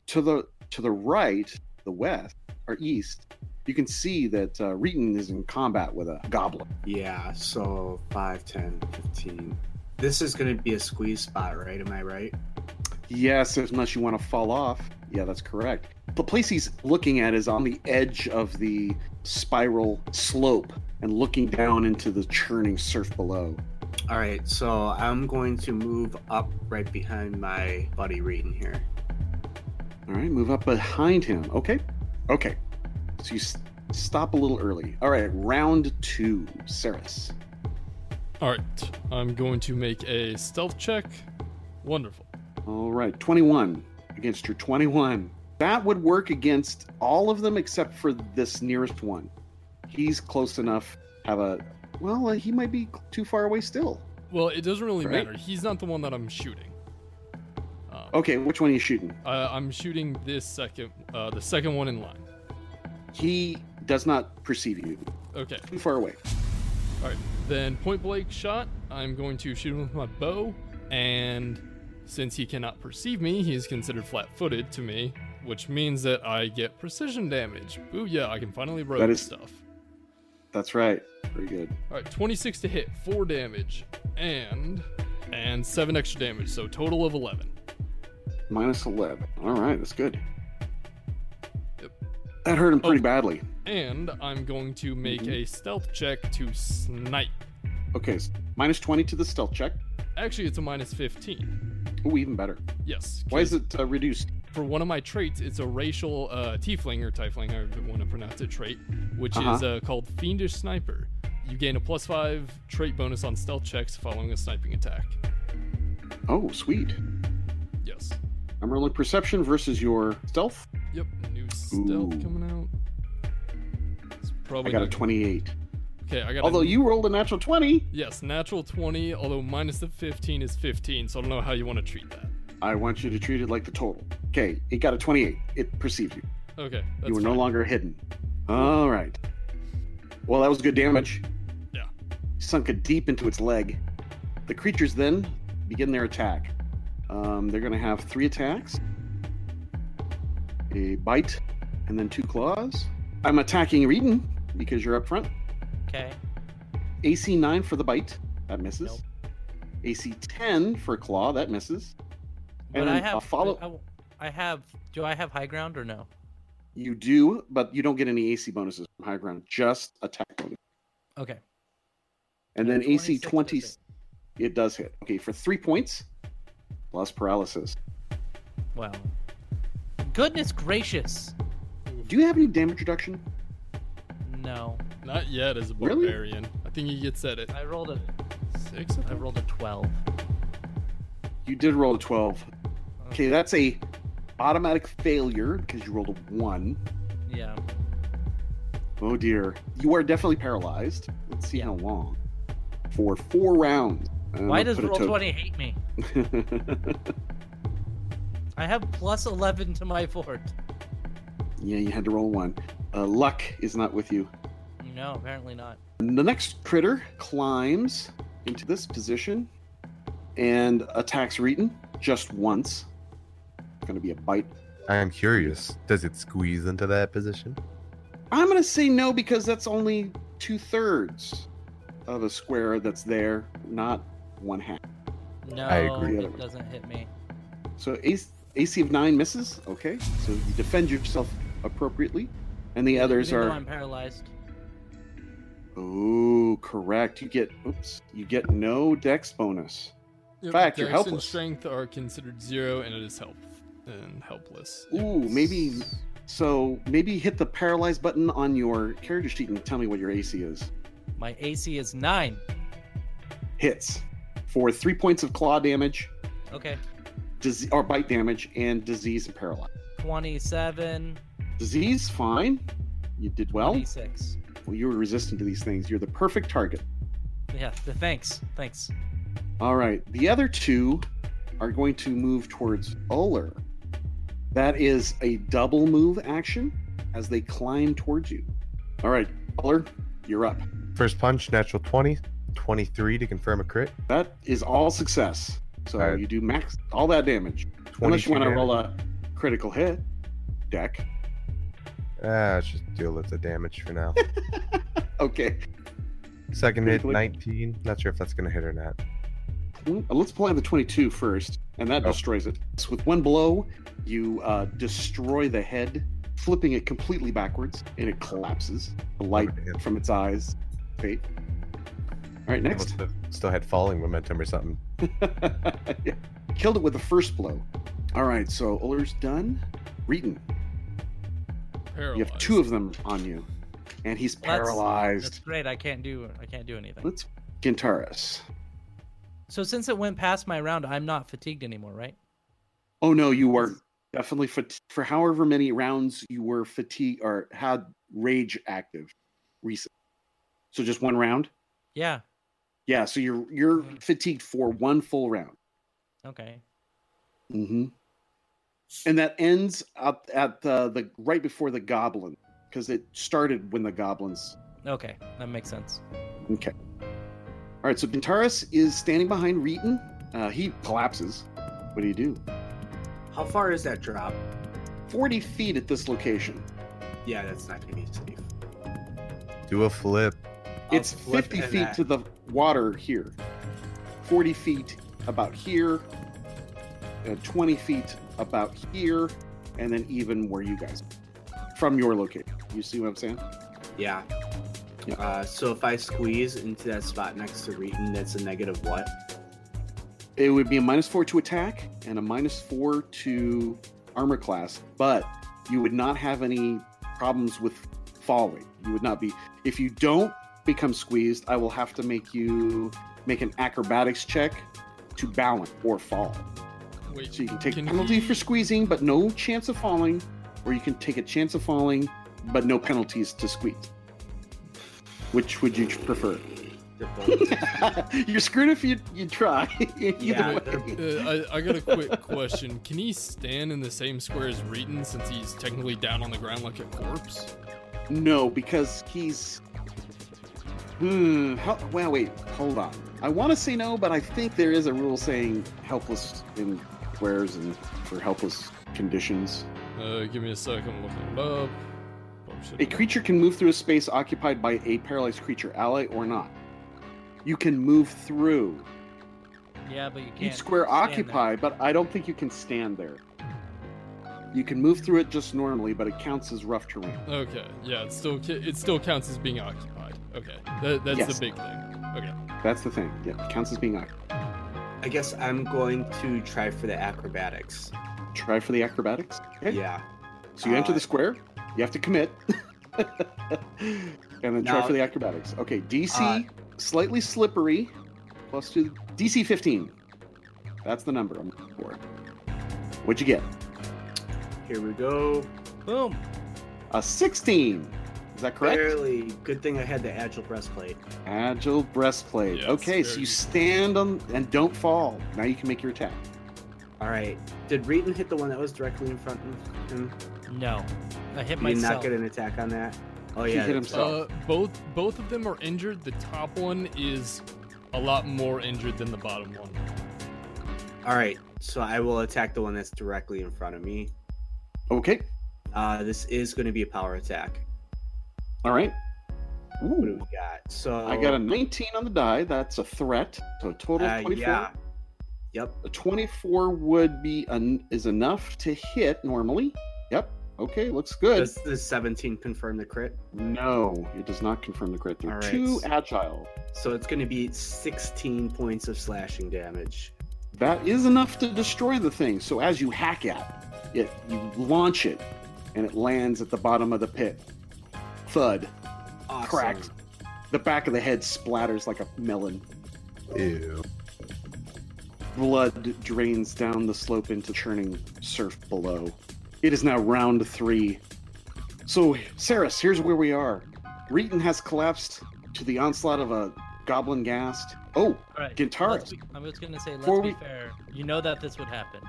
S1: To the to the right, the west or east, you can see that uh, Reeton is in combat with a goblin.
S2: Yeah, so 5, 10, 15, This is going to be a squeeze spot, right? Am I right?
S1: Yes, unless you want to fall off. Yeah, that's correct. The place he's looking at is on the edge of the spiral slope and looking down into the churning surf below.
S2: All right, so I'm going to move up right behind my buddy Reading here.
S1: All right, move up behind him. Okay. Okay. So you s- stop a little early. All right, round two, Saris.
S4: All right, I'm going to make a stealth check. Wonderful.
S1: All right, 21 against your 21. That would work against all of them except for this nearest one. He's close enough. Have a well, uh, he might be too far away still.
S4: Well, it doesn't really
S1: Great.
S4: matter. He's not the one that I'm shooting. Uh,
S1: Okay, which one are you shooting?
S4: uh, I'm shooting this second, uh, the second one in line.
S1: He does not perceive you.
S4: Okay,
S1: Too far away.
S4: then point blank shot. I'm going to shoot him with my bow, and since he cannot perceive me, he is considered flat-footed to me, which means that I get precision damage. Booyah! I can finally roll
S1: That is-
S4: stuff.
S1: That's right. Very good.
S4: All right, 26 to hit, four damage, and and seven extra damage, so total of 11.
S1: Minus 11. All right, that's good.
S4: Yep.
S1: That hurt him pretty
S4: Oh.
S1: badly.
S4: And I'm going to make
S1: Mhm.
S4: a stealth check to snipe.
S1: Okay, so minus 20 to the stealth check.
S4: Actually, it's a minus 15.
S1: Oh, even better.
S4: Yes.
S1: Why is
S4: 'cause
S1: it uh, reduced?
S4: For one of my traits, it's a racial uh, tiefling or tiefling, I want to pronounce it trait, which is
S1: Uh-huh.
S4: uh, called Fiendish Sniper. You gain a plus five trait bonus on stealth checks following a sniping attack.
S1: Oh, sweet.
S4: Yes.
S1: I'm rolling perception versus your stealth.
S4: Yep. New stealth
S1: Ooh.
S4: coming out. It's
S1: I
S4: probably
S1: got a
S4: not-
S1: 28.
S4: Okay, I got a
S1: Although you rolled a natural 20,
S4: Yes, natural 20, although minus the 15 is 15, so I don't know how you want to treat that.
S1: I want you to treat it like the total. Okay, it got a 28. It perceived you.
S4: Okay, that's
S1: you were no
S4: fine.
S1: longer hidden. All right. Well, that was good damage.
S4: Yeah.
S1: Sunk it deep into its leg. The creatures then begin their attack. Um, they're going to have three attacks a bite, and then two claws. I'm attacking Reedon because you're up front.
S3: Okay.
S1: AC 9 for the bite. That misses.
S3: Nope.
S1: AC 10 for claw. That misses.
S3: But
S1: And
S3: I
S1: then
S3: have
S1: a follow-
S3: I, I have. Do I have high ground or no?
S1: You do, but you don't get any AC bonuses from high ground, just attack bonus.
S3: Okay.
S1: And then E AC 20,
S3: 26 to
S1: it does hit. Okay, for three points, plus paralysis.
S3: Wow. Goodness gracious.
S1: Do you have any damage reduction?
S3: No,
S4: Not yet as a
S1: Really?
S4: barbarian. I think he gets at it.
S3: I rolled a.
S4: Six?
S3: I rolled a twelve.
S1: You did roll a 12. Okay, that's a automatic failure because you rolled a 1.
S3: Yeah.
S1: Oh dear. You are definitely paralyzed. Let's see how long. For four rounds. Um,
S3: Why does
S1: put a
S3: roll
S1: token-
S3: twenty hate me? I have plus eleven to my fort.
S1: yeah, you had to roll one. Uh, luck is not with you.
S3: No, apparently not.
S1: And the next critter climbs into this position and attacks Reeton just once. Going to be a bite.
S5: I am curious. Does it squeeze into that position?
S1: I'm going to say no because that's only two thirds of a square that's there, not one half.
S3: No,
S5: I agree.
S1: Yeah.
S3: it doesn't hit me.
S1: So AC, AC of nine misses. Okay, so you defend yourself appropriately, and the others
S3: Even though
S1: are.
S3: I'm paralyzed.
S1: Oh, correct. You get. Oops. You get no dex bonus.
S4: Yep,
S1: fact, you're
S4: dex and
S1: helpless.
S4: strength are considered zero, and it is help and helpless.
S1: Ooh, maybe- So maybe hit the paralyze button on your character sheet and tell me what your AC is.
S3: My AC is nine.
S1: Hits for three points of claw damage,
S3: Okay.
S1: disease or bite damage, and disease and paralyze.
S3: Twenty-seven.
S1: Disease, fine. You did well.
S3: Twenty-six.
S1: Well, you were resistant to these things. You're the perfect target.
S3: Yeah. The, thanks. Thanks.
S1: All right. The other two are going to move towards Uller. That is a double move action as they climb towards you. All right, Uller, you're up.
S5: First punch, natural 20, 23 to confirm a crit.
S1: That is all success. So
S5: All right.
S1: you do max all that damage.
S5: 22
S1: Unless you want to
S5: damage.
S1: roll a critical hit deck.
S5: Ah, let's just deal with the damage for now.
S1: Okay.
S5: Second hit,
S1: Critical hit.
S5: 19. Not sure if that's going to hit or not.
S1: Mm, Let's apply the 22 first, and that
S5: Oh.
S1: destroys it. So with one blow, you uh, destroy the head, flipping it completely backwards, and it collapses. The light
S5: Overhand.
S1: from its eyes fade. All right, next.
S5: Must have Still had falling momentum or something.
S1: Yeah. Killed it with the first blow. All right, so Uller's done. Reeton,
S4: Paralyzed.
S1: you have two of them on you, and he's
S3: Well, that's-
S1: paralyzed.
S3: That's great. I can't do I can't do anything.
S1: Let's Gintaris.
S3: So since it went past my round, I'm not fatigued anymore, right?
S1: Oh no, you were definitely fat- for however many rounds you were fatigued or had rage active recently. So just one round.
S3: Yeah.
S1: Yeah, so you're you're
S3: Mhm.
S1: fatigued for one full round.
S3: Okay.
S1: Mm-hmm. And that ends up at the, the right before the goblin because it started when the goblins.
S3: Okay. That makes sense.
S1: Okay. All right, so Gintaris is standing behind Reeton. Uh, he collapses. What do you do?
S2: How far is that drop?
S1: 40 feet at this location.
S2: Yeah, that's not gonna be safe.
S5: Do a flip.
S2: I'll
S1: it's
S2: flip
S1: 50
S2: and
S1: feet
S2: I-
S1: to the water here 40 feet about here uh, 20 feet about here and then even where you guys from your location you see what i'm saying
S2: Yeah.
S1: Yeah.
S2: Uh, so if I squeeze into that spot next to Reeton, that's a negative what?
S1: it would be a minus four to attack and a minus four to armor class but you would not have any problems with falling you would not be if you don't become squeezed i will have to make you make an acrobatics check to balance or fall
S4: Wait,
S1: So you can take
S4: Can
S1: penalty
S4: he-
S1: for squeezing, but no chance of falling, or you can take a chance of falling, but no penalties to squeeze. Which would you prefer?
S2: They're both-
S1: You're screwed if you you try. Either
S2: Yeah,
S1: way.
S4: Uh, I, I got a quick question. Can he stand in the same square as Reeton since he's technically down on the ground like a corpse?
S1: No, because he's. Hmm. How, well, wait. Hold on. I want to say no, but I think there is a rule saying helpless in squares and for helpless conditions.
S4: Uh, give me a second. I'm looking it up. Oh, shit.
S1: A creature can move through a space occupied by a paralyzed creature, ally or not. You can move through
S3: Yeah, but you can't.
S1: each square
S3: stand there.
S1: occupy, but I don't think you can stand there. You can move through it just normally, but it counts as rough terrain.
S4: Okay. Yeah. It still ca- it still counts as being occupied. Okay. That, that's
S1: Yes.
S4: the big thing. Okay.
S1: That's the thing. Yeah, it counts as being occupied.
S2: I guess I'm going to try for the acrobatics.
S1: Try for the acrobatics. Okay.
S2: Yeah.
S1: So you enter
S2: Uh,
S1: the square. You have to commit, and then try
S2: Now-
S1: for the acrobatics. Okay. DC
S2: Uh,
S1: slightly slippery, plus two. DC 15. That's the number I'm looking for. What'd you get?
S2: Here we go.
S3: Boom.
S1: A 16. Is that correct?
S2: Barely. Good thing I had the agile breastplate.
S1: Agile breastplate.
S4: Yes,
S1: okay, so
S4: very
S1: you
S4: good.
S1: stand on and don't fall. Now you can make your attack.
S2: All right. Did Reeton hit the one that was directly in front of him?
S3: No. I
S2: Did
S3: hit
S2: he
S3: myself.
S2: not get an attack on that? Oh
S1: He
S2: yeah.
S1: hit
S2: that's-
S1: himself.
S4: Uh, both both of them are injured. The top one is a lot more injured than the bottom one.
S2: All right. So I will attack the one that's directly in front of me.
S1: Okay.
S2: Uh, this is going to be a power attack.
S1: All right.
S2: What do we
S1: Ooh.
S2: got? So
S1: I got a 19 on the die. That's a threat. So a total
S2: uh,
S1: 24.
S2: yeah. Yep.
S1: A 24 would be an, is enough to hit normally. Yep. Okay, looks good.
S2: Does the 17 confirm the crit?
S1: No, it does not confirm the crit. They're
S2: All right.
S1: too agile.
S2: So it's going to be 16 points of slashing damage.
S1: That is enough to destroy the thing. So as you hack at it, you launch it, and it lands at the bottom of the pit. Thud.
S2: Awesome.
S1: Cracked. The back of the head splatters like a melon.
S5: Ew.
S1: Blood drains down the slope into churning surf below. It is now round three. So, Saris, here's where we are. Reeton has collapsed to the onslaught of a goblin ghast. Oh,
S3: All right.
S1: Gintaris.
S3: let's be- I'm just gonna say, let's
S1: Before
S3: be
S1: we-
S3: fair. You know that this would happen.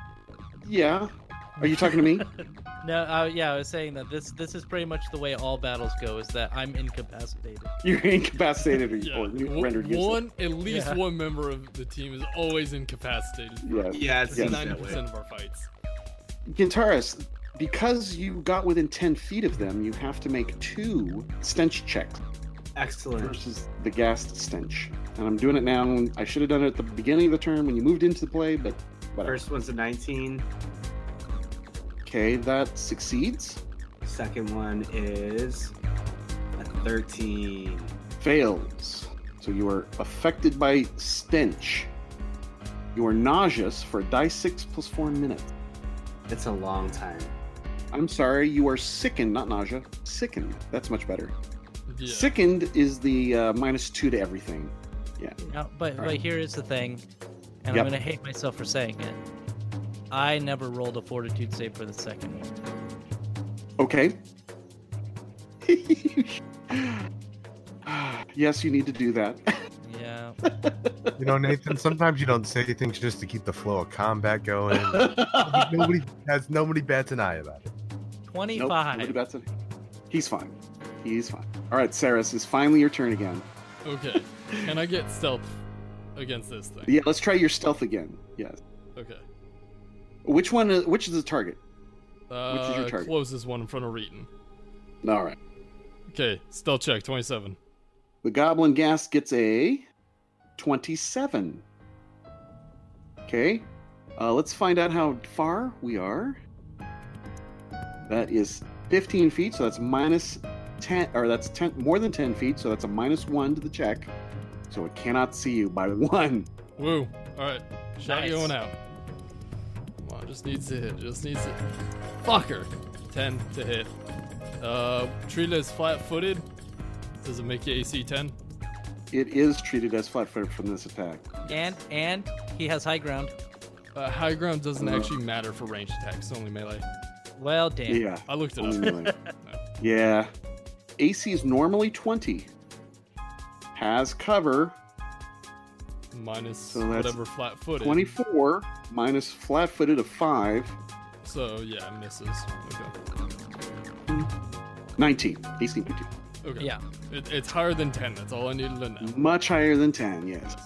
S1: yeah. Are you talking to me?
S3: No, I, yeah, I was saying that this this is pretty much the way all battles go. Is that I'm incapacitated.
S1: You're incapacitated or,
S4: Yeah.
S1: or
S4: w-
S1: rendered useless.
S4: one at least
S3: Yeah.
S4: one member of the team is always incapacitated.
S1: Yeah.
S2: Yeah, it
S4: That's
S2: seems
S4: ninety
S2: that way.
S4: percent of our fights.
S1: Gintaris, because you got within 10 feet of them, you have to make two stench checks.
S2: Excellent.
S1: versus the gas stench. And I'm doing it now. I should have done it at the beginning of the turn when you moved into the play, but whatever.
S2: First one's a 19.
S1: Okay, that succeeds.
S2: Second one is a 13.
S1: Fails. So you are affected by stench. You are nauseous for die six plus four minutes.
S2: It's a long time.
S1: I'm sorry, you are sickened, not nausea. Sickened. That's much better.
S4: Yeah.
S1: Sickened is the uh, minus two to everything.
S3: No, but but here is the thing, and
S1: Yep.
S3: I'm gonna hate myself for saying it. I never rolled a fortitude save for the second one.
S1: Okay. yes, you need to do that.
S3: Yeah.
S5: You know, Nathan, sometimes you don't say things just to keep the flow of combat going. nobody has nobody bats an eye about it.
S1: Nope, nobody
S3: 25.
S1: bats it. He's fine. He's fine. All right, Saris, it's finally your turn again.
S4: Okay. Can I get stealth against this thing?
S1: Yeah, let's try your stealth again. Yes.
S4: Okay.
S1: Which one? Is, which is the target?
S4: Uh,
S1: is your target?
S4: Closest one in front of Reeton.
S1: All right.
S4: Okay. Stealth check. Twenty-seven.
S1: The goblin gas gets a twenty-seven. Okay. Uh, let's find out how far we are. That is fifteen feet, so that's minus ten, or that's ten more than ten feet, so that's a minus one to the check. So it cannot see you by one.
S4: Woo. All right. Shot
S3: Nice.
S4: going out. Come on. Just needs to hit. Just needs to. Fucker. Ten to hit. Uh, Trila is flat-footed. Does it make you AC ten?
S1: It is treated as flat footed from this attack.
S3: And and he has high ground.
S4: Uh, high ground doesn't actually matter for ranged attacks. Only melee.
S3: Well, damn.
S1: Yeah.
S4: I looked it
S1: only
S4: up.
S1: melee. yeah. AC is normally 20. Has cover
S4: Minus
S1: So that's
S4: whatever flat-footed.
S1: 24 minus flat footed of 5.
S4: So yeah, misses. Okay.
S1: 19. AC 19.
S4: Okay.
S3: Yeah.
S4: It, it's higher than ten. That's all I needed to know.
S1: Much higher than 10, yes.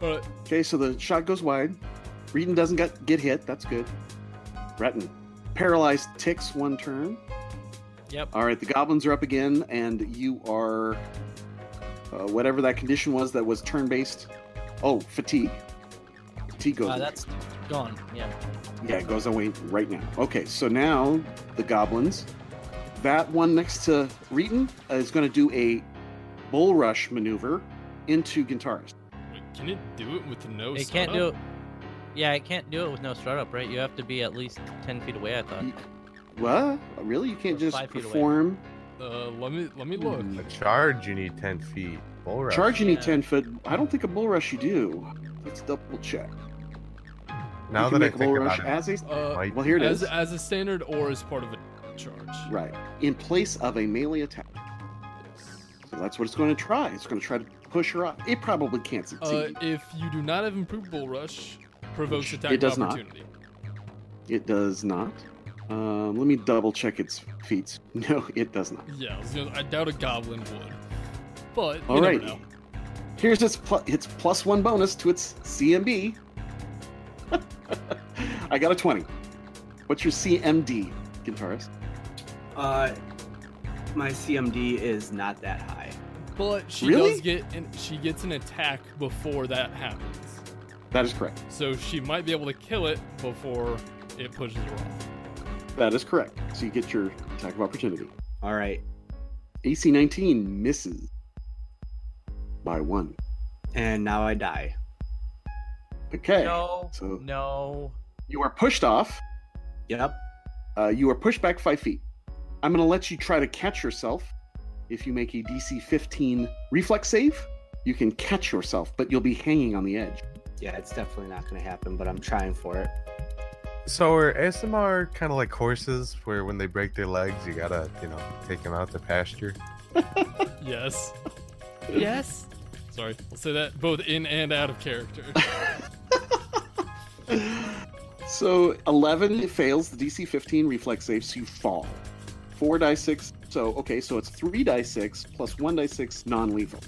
S4: All right.
S1: Okay, so the shot goes wide. Reedon doesn't get, get hit. That's good. Breton. Paralyzed ticks one turn.
S3: Yep.
S1: All right, the goblins are up again, and you are uh, whatever that condition was that was turn based. Oh, fatigue. Fatigue goes.
S3: Uh,
S1: away.
S3: that's gone. Yeah.
S1: Yeah, it goes away right now. Okay, so now the goblins. That one next to Reeton is going to do a bull rush maneuver into Gintaris.
S4: Wait, can it do it with no?
S3: It can't do it. Yeah, it can't do it with no startup, right? You have to be at least 10 feet away, I thought.
S1: You- What? Really? You can't
S3: We're
S1: just
S3: five feet away.
S1: perform.
S4: Uh, let me let me look.
S1: Mm-hmm.
S5: A charge, you need ten feet. Bull rush.
S1: Charge you need
S3: Yeah.
S1: 10 foot. I don't think a bull rush you do. Let's double check.
S5: Now
S1: you can
S5: that I
S1: make a bull
S5: think
S1: rush
S5: about it,
S1: as a.
S4: Uh,
S5: might-
S1: Well, here it
S4: as
S1: is.
S4: as a standard or as part of a charge.
S1: Right. In place of a melee attack. So that's what it's going to try. It's going to try to push her up. It probably can't
S4: Uh,
S1: succeed.
S4: if you do not have improved bull rush, provokes attack
S1: It does
S4: of
S1: not.
S4: opportunity.
S1: it does not. Um, let me double check its feats. No, it does not.
S4: Yeah, I, was gonna- I doubt a goblin would. But you
S1: All
S4: never
S1: right.
S4: know.
S1: Here's its pl- its plus one bonus to its CMB. I got a twenty. What's your CMD, Gintaris?
S2: Uh, my CMD is not that high.
S4: But she
S1: Really?
S4: does get an, she gets an attack before that happens,
S1: That is correct.
S4: so she might be able to kill it before it pushes her off.
S1: That is correct. So you get your attack of opportunity.
S2: All right.
S1: AC nineteen misses by one.
S2: And now I die.
S1: Okay.
S3: No.
S1: so-
S3: No.
S1: You are pushed off.
S2: Yep.
S1: Uh, you are pushed back five feet. I'm going to let you try to catch yourself. If you make a DC 15 reflex save, you can catch yourself, but you'll be hanging on the edge.
S2: Yeah, it's definitely not going to happen, but I'm trying for it.
S5: So are ASMR kind of like horses, where when they break their legs, you gotta, you know, take them out to pasture?
S4: Yes. yes. Sorry, I'll say that both in and out of character.
S1: So 11 fails the DC 15 reflex save, so you fall. Four die six. So okay, so it's three die six plus one die six non-lethal.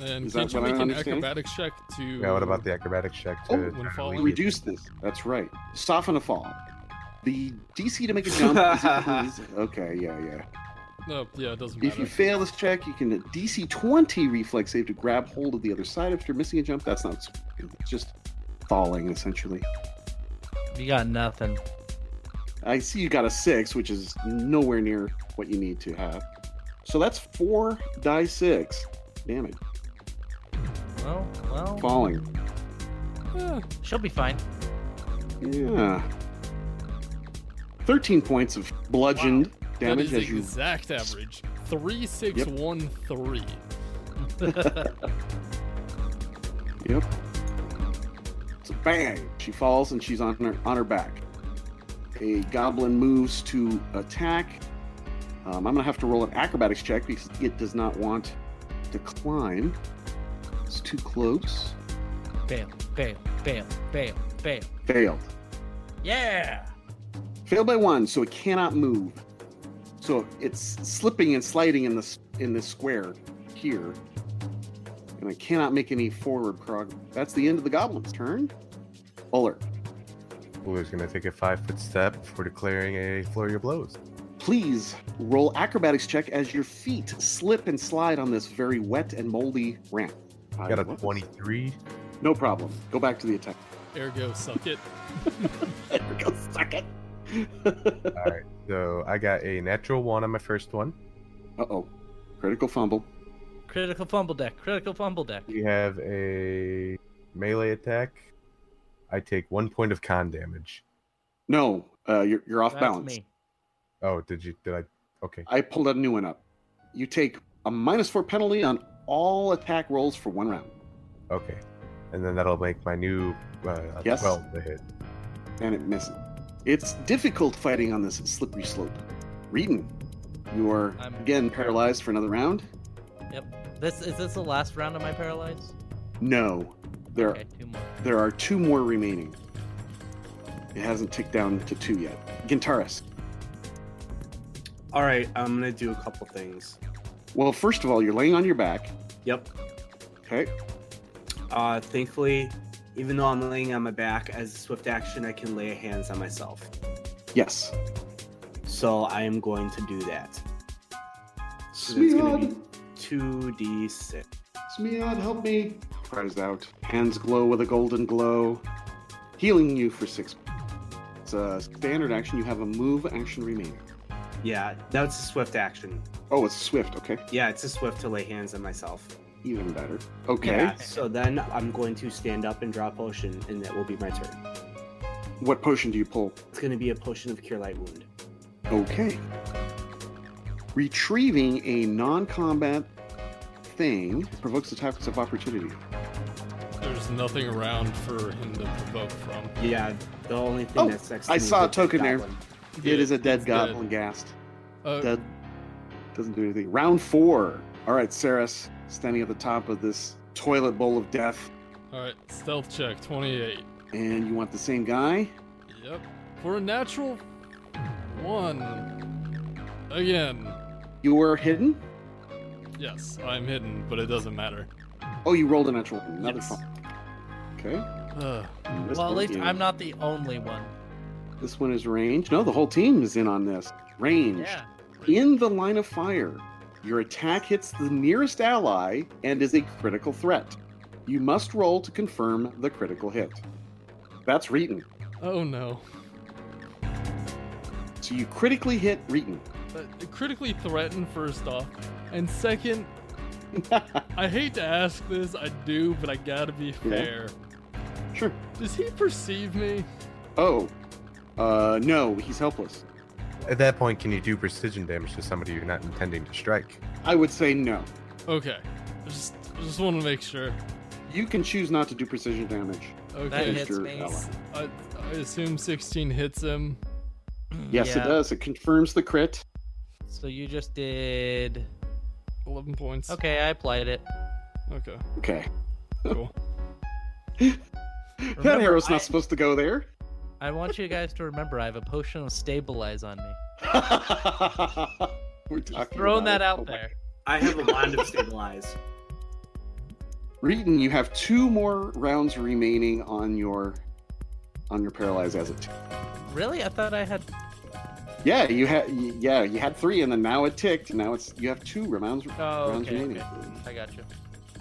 S4: And
S1: Is that
S4: can't you
S1: what I
S4: make an
S1: understand?
S4: acrobatics check to?
S5: Yeah. What about the acrobatics check to
S1: Oh,
S5: try to
S4: Mm-hmm. when falling?
S5: lead
S1: We
S5: you?
S1: reduce this. That's right. Soften a fall. The DC to make a jump. is equal to- okay, yeah, yeah.
S4: No, yeah, it doesn't
S1: If you
S4: matter.
S1: fail this check, you can DC 20 reflex save to grab hold of the other side after missing a jump. That's not it's just falling essentially.
S3: You got nothing.
S1: I see you got a six, which is nowhere near what you need to have. So that's four die six damage
S3: Well, well,
S1: falling.
S4: Eh,
S3: she'll be fine.
S1: Yeah, thirteen points of bludgeoned
S4: that
S1: damage
S4: is
S1: as you
S4: exact average. Three six
S1: Yep.
S4: one three.
S1: Yep. So bang! She falls and she's on her on her back. A goblin moves to attack. Um, I'm gonna have to roll an acrobatics check because it does not want to climb. It's too close.
S3: Fail, fail, fail, fail, fail.
S1: Failed.
S3: Yeah!
S1: Failed by one, so it cannot move. So it's slipping and sliding in this in this square here, and it cannot make any forward progress. That's the end of the goblin's turn. Uller,
S5: Wooler's gonna take a five foot step for declaring a flurry of blows.
S1: Please roll acrobatics check as your feet slip and slide on this very wet and moldy ramp. I
S5: Got a 23.
S1: No problem. Go back to the attack.
S4: Ergo, suck it.
S1: Go suck it.
S5: So I got a natural one on my first one.
S1: uh oh. Critical fumble.
S3: Critical fumble deck, critical fumble deck.
S5: We have a melee attack. I take one point of con damage.
S1: No, uh, you're, you're off
S3: That's
S1: balance.
S3: me.
S5: Oh, did you? Did I? Okay.
S1: I pulled a new one up. You take a minus four penalty on all attack rolls for one round,
S5: Okay. And then that'll make my new uh,
S1: Yes.
S5: 12 to hit.
S1: and it misses. It's difficult fighting on this slippery slope. Reading. You are
S3: I'm-
S1: again paralyzed for another round.
S3: This is this the last round of my paralyzed?
S1: No, there
S3: Okay, two more.
S1: There are two more remaining. It hasn't ticked down to two yet. Gintaris.
S2: All right, I'm gonna do a couple things.
S1: Well, first of all, you're laying on your back.
S2: Yep.
S1: Okay.
S2: Uh, thankfully, even though I'm laying on my back, as a swift action, I can lay hands on myself.
S1: Yes.
S2: So I am going to do that. So that's gonna be
S1: Smeon,
S2: two d six.
S1: Smeon, help me! Cries out. Hands glow with a golden glow, healing you for six. It's a standard action. You have a move action remaining.
S2: Yeah, that's a swift action.
S1: Oh, it's swift. Okay,
S2: Yeah, it's a swift to lay hands on myself.
S1: even better. Okay.
S2: Yeah, so then I'm going to stand up and draw a potion, and that will be my turn.
S1: What potion do you pull?
S2: It's going to be a potion of cure light wound.
S1: Okay. Retrieving a non-combat thing provokes attacks of opportunity.
S4: There's nothing around for him to provoke from.
S2: Yeah, the only thing
S1: Oh,
S2: that's next.
S1: I
S2: to me
S1: saw
S2: is
S1: a token there.
S2: goblin.
S1: It is a dead
S4: it's
S1: goblin ghast.
S3: Oh.
S4: Uh,
S1: Dead. Doesn't do anything. Round four. All right, Saris, standing at the top of this toilet bowl of death,
S4: all right, stealth check 28.
S1: and you want the same guy?
S4: Yep. For a natural one. Again.
S1: You were hidden.
S4: Yes, I'm hidden, but it doesn't matter.
S1: Oh, you rolled a natural. one. Another
S4: Yes.
S1: fumble. Okay.
S4: Ugh.
S1: This
S3: Well, at
S1: one
S3: least
S1: is-
S3: I'm not the only one.
S1: This one is range. No, the whole team is in on this. Range.
S3: Yeah.
S1: In the line of fire. Your attack hits the nearest ally and is a critical threat. You must roll to confirm the critical hit. That's Reeton.
S4: Oh no.
S1: So you critically hit Reeton.
S4: Uh, critically threatened, first off. And second, I hate to ask this, I do, but I gotta be fair.
S1: Sure.
S4: Does he perceive me?
S1: Oh, uh, no, he's helpless.
S5: At that point, can you do precision damage to somebody you're not intending to strike?
S1: I would say no.
S4: Okay. I just, I just want to make sure.
S1: You can choose not to do precision damage.
S3: That
S4: Okay.
S1: Against
S3: hits
S1: your
S3: me.
S1: ally.
S4: I, I assume 16 hits him.
S1: Yes,
S3: Yeah,
S1: it does. It confirms the crit.
S3: So you just did.
S4: 11 points.
S3: Okay, I applied it.
S4: Okay.
S1: Okay.
S4: Cool.
S1: that
S3: Remember,
S1: arrow's
S3: I-
S1: not supposed to go there.
S3: I want you guys to remember I have a potion of stabilize on me.
S1: We're talking
S3: Throwing
S1: about
S3: that
S1: it.
S3: out
S1: Oh my-
S3: there.
S2: I have a wand of stabilize.
S1: Reeton, you have two more rounds remaining on your on your paralyze as it.
S3: Really? I thought I had
S1: Yeah, you had yeah you had three, and then now it ticked. Now it's you have two rounds.
S3: Oh,
S1: rounds
S3: okay.
S1: remaining.
S3: okay. I got you.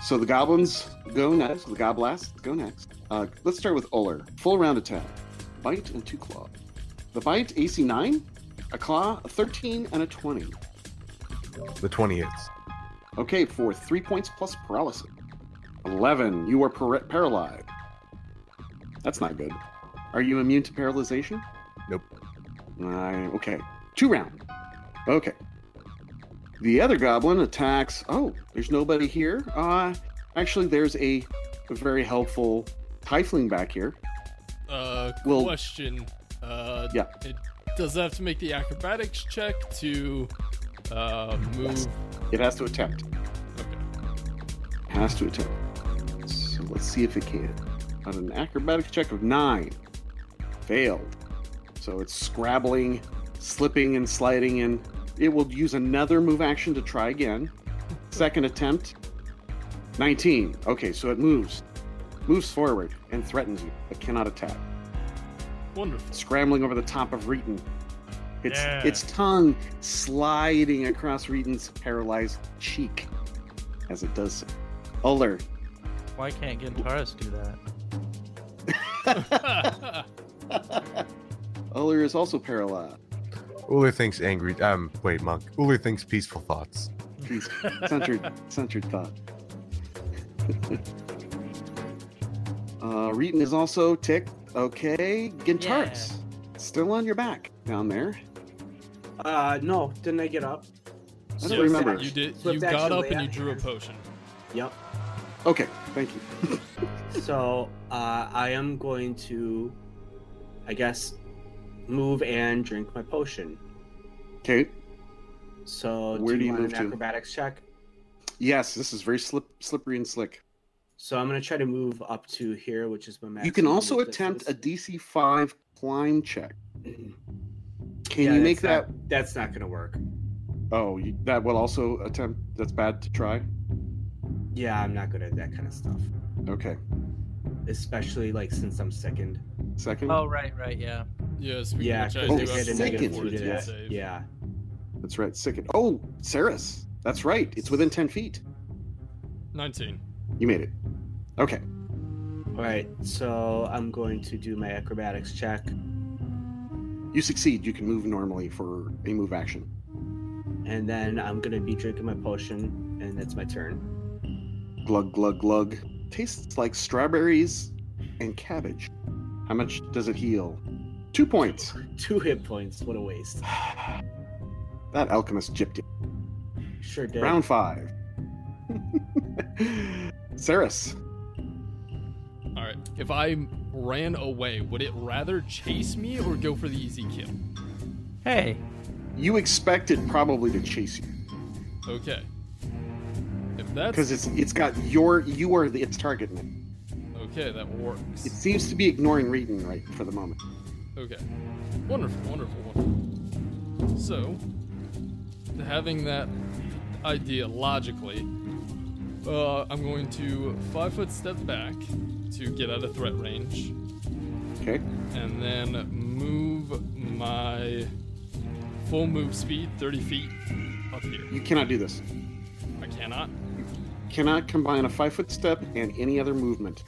S1: So the goblins go next. The goblast go next. Uh, let's start with Uller. Full round attack, bite and two claw. The bite AC nine, a claw a thirteen and a twenty.
S5: The 20 hits.
S1: Okay, for three points plus paralysis. Eleven. You are par- paralyzed. That's not good. Are you immune to paralyzation?
S5: Nope.
S1: Nine. Okay. Two round. Okay. The other goblin attacks. Oh, there's nobody here. Uh, actually, there's a very helpful tiefling back here.
S4: Uh,
S1: Well-
S4: question. Uh,
S1: Yeah.
S4: It, does it have to make the acrobatics check to uh, move?
S1: It has to attempt.
S4: Okay.
S1: Has to attempt. So let's see if it can. On an acrobatics check of nine, failed. So it's scrabbling, slipping, and sliding, and it will use another move action to try again. Second attempt, 19. Okay, so it moves, moves forward, and threatens you, but cannot attack.
S4: Wonderful.
S1: Scrambling over the top of Reeton. Its,
S4: Yeah.
S1: its tongue sliding across Reeton's paralyzed cheek as it does so. Uller,
S3: Why can't Gintaris do that?
S1: Uller is also paralyzed.
S5: Uller thinks angry. Um, wait, monk. Uller thinks peaceful thoughts.
S1: Please, centered, centered thought. uh, Reeton is also ticked. Okay, Gintaris, still on your back down there.
S2: Uh, no, didn't I get up?
S1: I don't remember.
S4: You did.
S2: Swift
S4: you
S2: action
S4: got up
S2: lay
S4: and
S2: on
S4: you drew a
S2: hands.
S4: potion.
S2: Yep.
S1: Okay, thank you.
S2: So uh, I am going to, I guess, move and drink my potion.
S1: Okay,
S2: So
S1: Where do you
S2: want
S1: move
S2: an
S1: to?
S2: Acrobatics check.
S1: yes, this is very slip, slippery and slick.
S2: So I'm gonna try to move up to here, which is my max.
S1: You can also attempt a DC five climb check. Can you make that?
S2: That's not gonna work.
S1: Oh, you, that will also attempt. That's bad to try.
S2: Yeah, I'm not good at that kind of stuff,
S1: Okay,
S2: especially like since I'm second.
S1: second.
S3: Oh, right, right, yeah.
S4: Yeah. Speaking
S2: Yeah,
S4: of which, I
S2: because
S1: Oh,
S4: do
S2: they
S4: have
S2: had a
S1: second
S2: negative two
S1: fortitude
S2: to
S4: fortitude
S2: that.
S4: save.
S2: Yeah.
S1: That's right, second. Oh, Saris. That's right. It's within 10 feet.
S4: Nineteen.
S1: You made it. Okay.
S2: All right. So I'm going to do my acrobatics check,
S1: You succeed. You can move normally for a move action.
S2: and then I'm gonna be drinking my potion, and that's my turn.
S1: Glug, glug, glug. Tastes like strawberries and cabbage. How much does it heal? Two points.
S2: Two hit points. What a waste.
S1: That alchemist gypped you.
S2: Sure did.
S1: Round five. Saris.
S4: All right. If I ran away, would it rather chase me or go for the easy kill?
S3: Hey,
S1: You expected probably to chase you
S4: Okay. If that's
S1: because it's it's got your you are the, its target now.
S4: okay, that works.
S1: It seems to be ignoring Reeton right for the moment.
S4: Okay. Wonderful, wonderful, wonderful. So, having that idea logically, uh, I'm going to five foot step back to get out of threat range,
S1: Okay.
S4: and then move my full move speed 30 feet up here.
S1: You cannot do this.
S4: I cannot.
S1: cannot combine a five foot step and any other movement.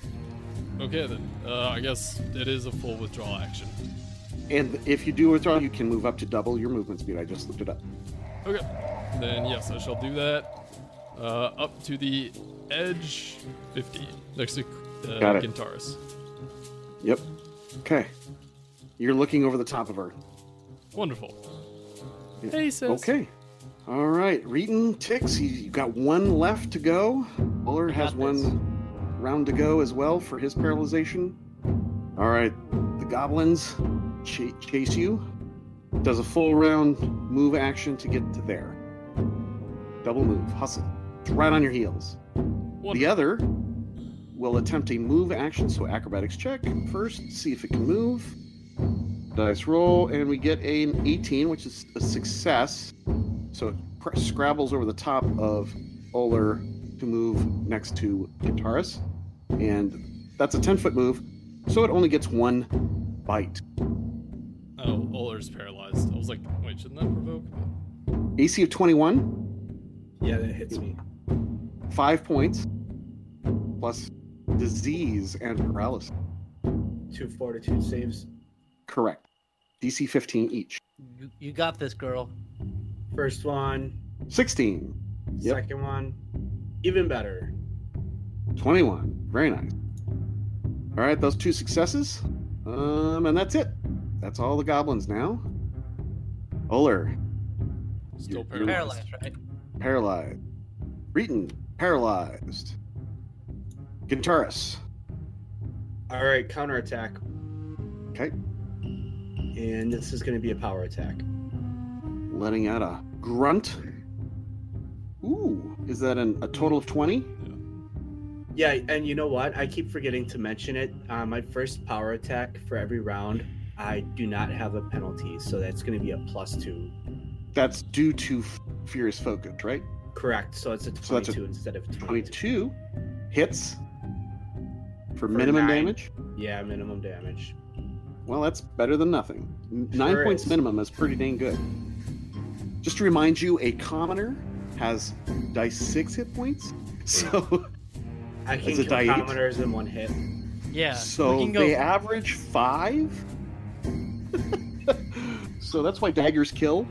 S4: Okay then. Uh, I guess it is a full withdrawal action.
S1: And if you do withdraw, you can move up to double your movement speed. I just looked it up.
S4: Okay. Then yes, I shall do that. Uh, up to the edge 50 next to uh,
S1: Got it.
S4: Gintaris.
S1: Yep. Okay. You're looking over the top of her.
S4: Wonderful.
S1: Yeah.
S4: Hey, sis.
S1: Okay. All right. Reeton ticks. He, you got one left to go. Muller has
S3: got
S1: one
S3: this.
S1: round to go as well for his paralyzation. All right. The goblins cha- chase you. Does a full round move action to get to there. Double move. Hustle. It's right on your heels. The
S4: Wonderful.
S1: other will attempt a move action, so acrobatics check first, see if it can move. Dice roll, and we get an 18, which is a success. So it cr- scrabbles over the top of Oler to move next to Guitarus. And that's a 10 foot move, so it only gets one bite.
S4: Uh, Oh, Oler's paralyzed. I was like, wait, shouldn't that provoke?
S1: AC of 21,
S2: Yeah, that hits me.
S1: five points, plus disease and paralysis.
S2: Two fortitude saves.
S1: Correct. DC 15 each.
S3: You, you got this, girl.
S2: First one,
S1: 16, Yep.
S2: second one, even better.
S1: 21. Very nice. All right, those two successes. Um, and that's it. That's all the goblins now. Oler,
S4: Still
S1: You're- you're
S4: paralyzed.
S3: Paralyzed, right?
S1: paralyzed. Reeton, paralyzed. Gintaris,
S2: All right, counterattack.
S1: Okay.
S2: And this is going to be a power attack.
S1: letting out a grunt. Ooh, is that an, a total of 20?
S2: Yeah, and you know what? I keep forgetting to mention it. Uh, my first power attack for every round, I do not have a penalty, so that's going to be a plus two.
S1: That's due to f- Furious Focus, right?
S2: Correct. So it's a
S1: So that's a
S2: twenty-two instead of twenty-two.
S1: 22 hits for,
S2: For
S1: minimum
S2: nine.
S1: damage.
S2: Yeah, minimum damage.
S1: Well, that's better than nothing. N- Nine
S2: Sure
S1: points
S2: is.
S1: minimum is pretty dang good. Just to remind you, a commoner has dice six hit points. So,
S2: I can
S1: That's a
S2: kill
S1: die eight.
S2: commoners in one hit.
S3: Yeah. we
S1: so
S3: can go. uh,
S1: they average five. so that's why daggers kill.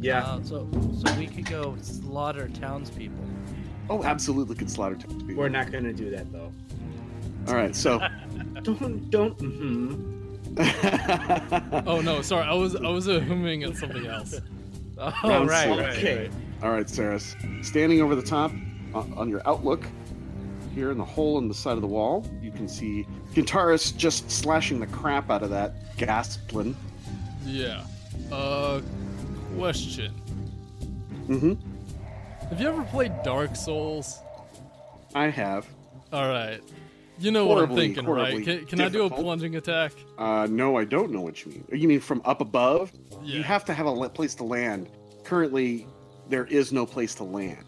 S2: Yeah.
S3: Uh, so, so we could go slaughter townspeople.
S1: Oh, absolutely could slaughter two people.
S2: We're not going to do that though.
S1: All right, so
S2: Don't don't. mhm.
S4: Oh no, sorry. I was I was humming at something else.
S3: Oh,
S1: Round
S3: right,
S1: zero.
S3: right,
S2: Okay.
S3: right.
S1: All right, Saris. Standing over the top uh, on your outlook, here in the hole in the side of the wall, you can see Gintaris just slashing the crap out of that gasplin.
S4: Yeah. Uh, question.
S1: Mm-hmm.
S4: Have you ever played Dark Souls?
S1: I have.
S4: All right. You know what
S1: Horribly,
S4: I'm thinking, right?
S1: horribly
S4: Can, can I do a
S1: difficult.
S4: plunging attack?
S1: Uh, no, I don't know what you mean. You mean from up above? You
S4: Yeah.
S1: have to have a la- place to land. Currently, there is no place to land.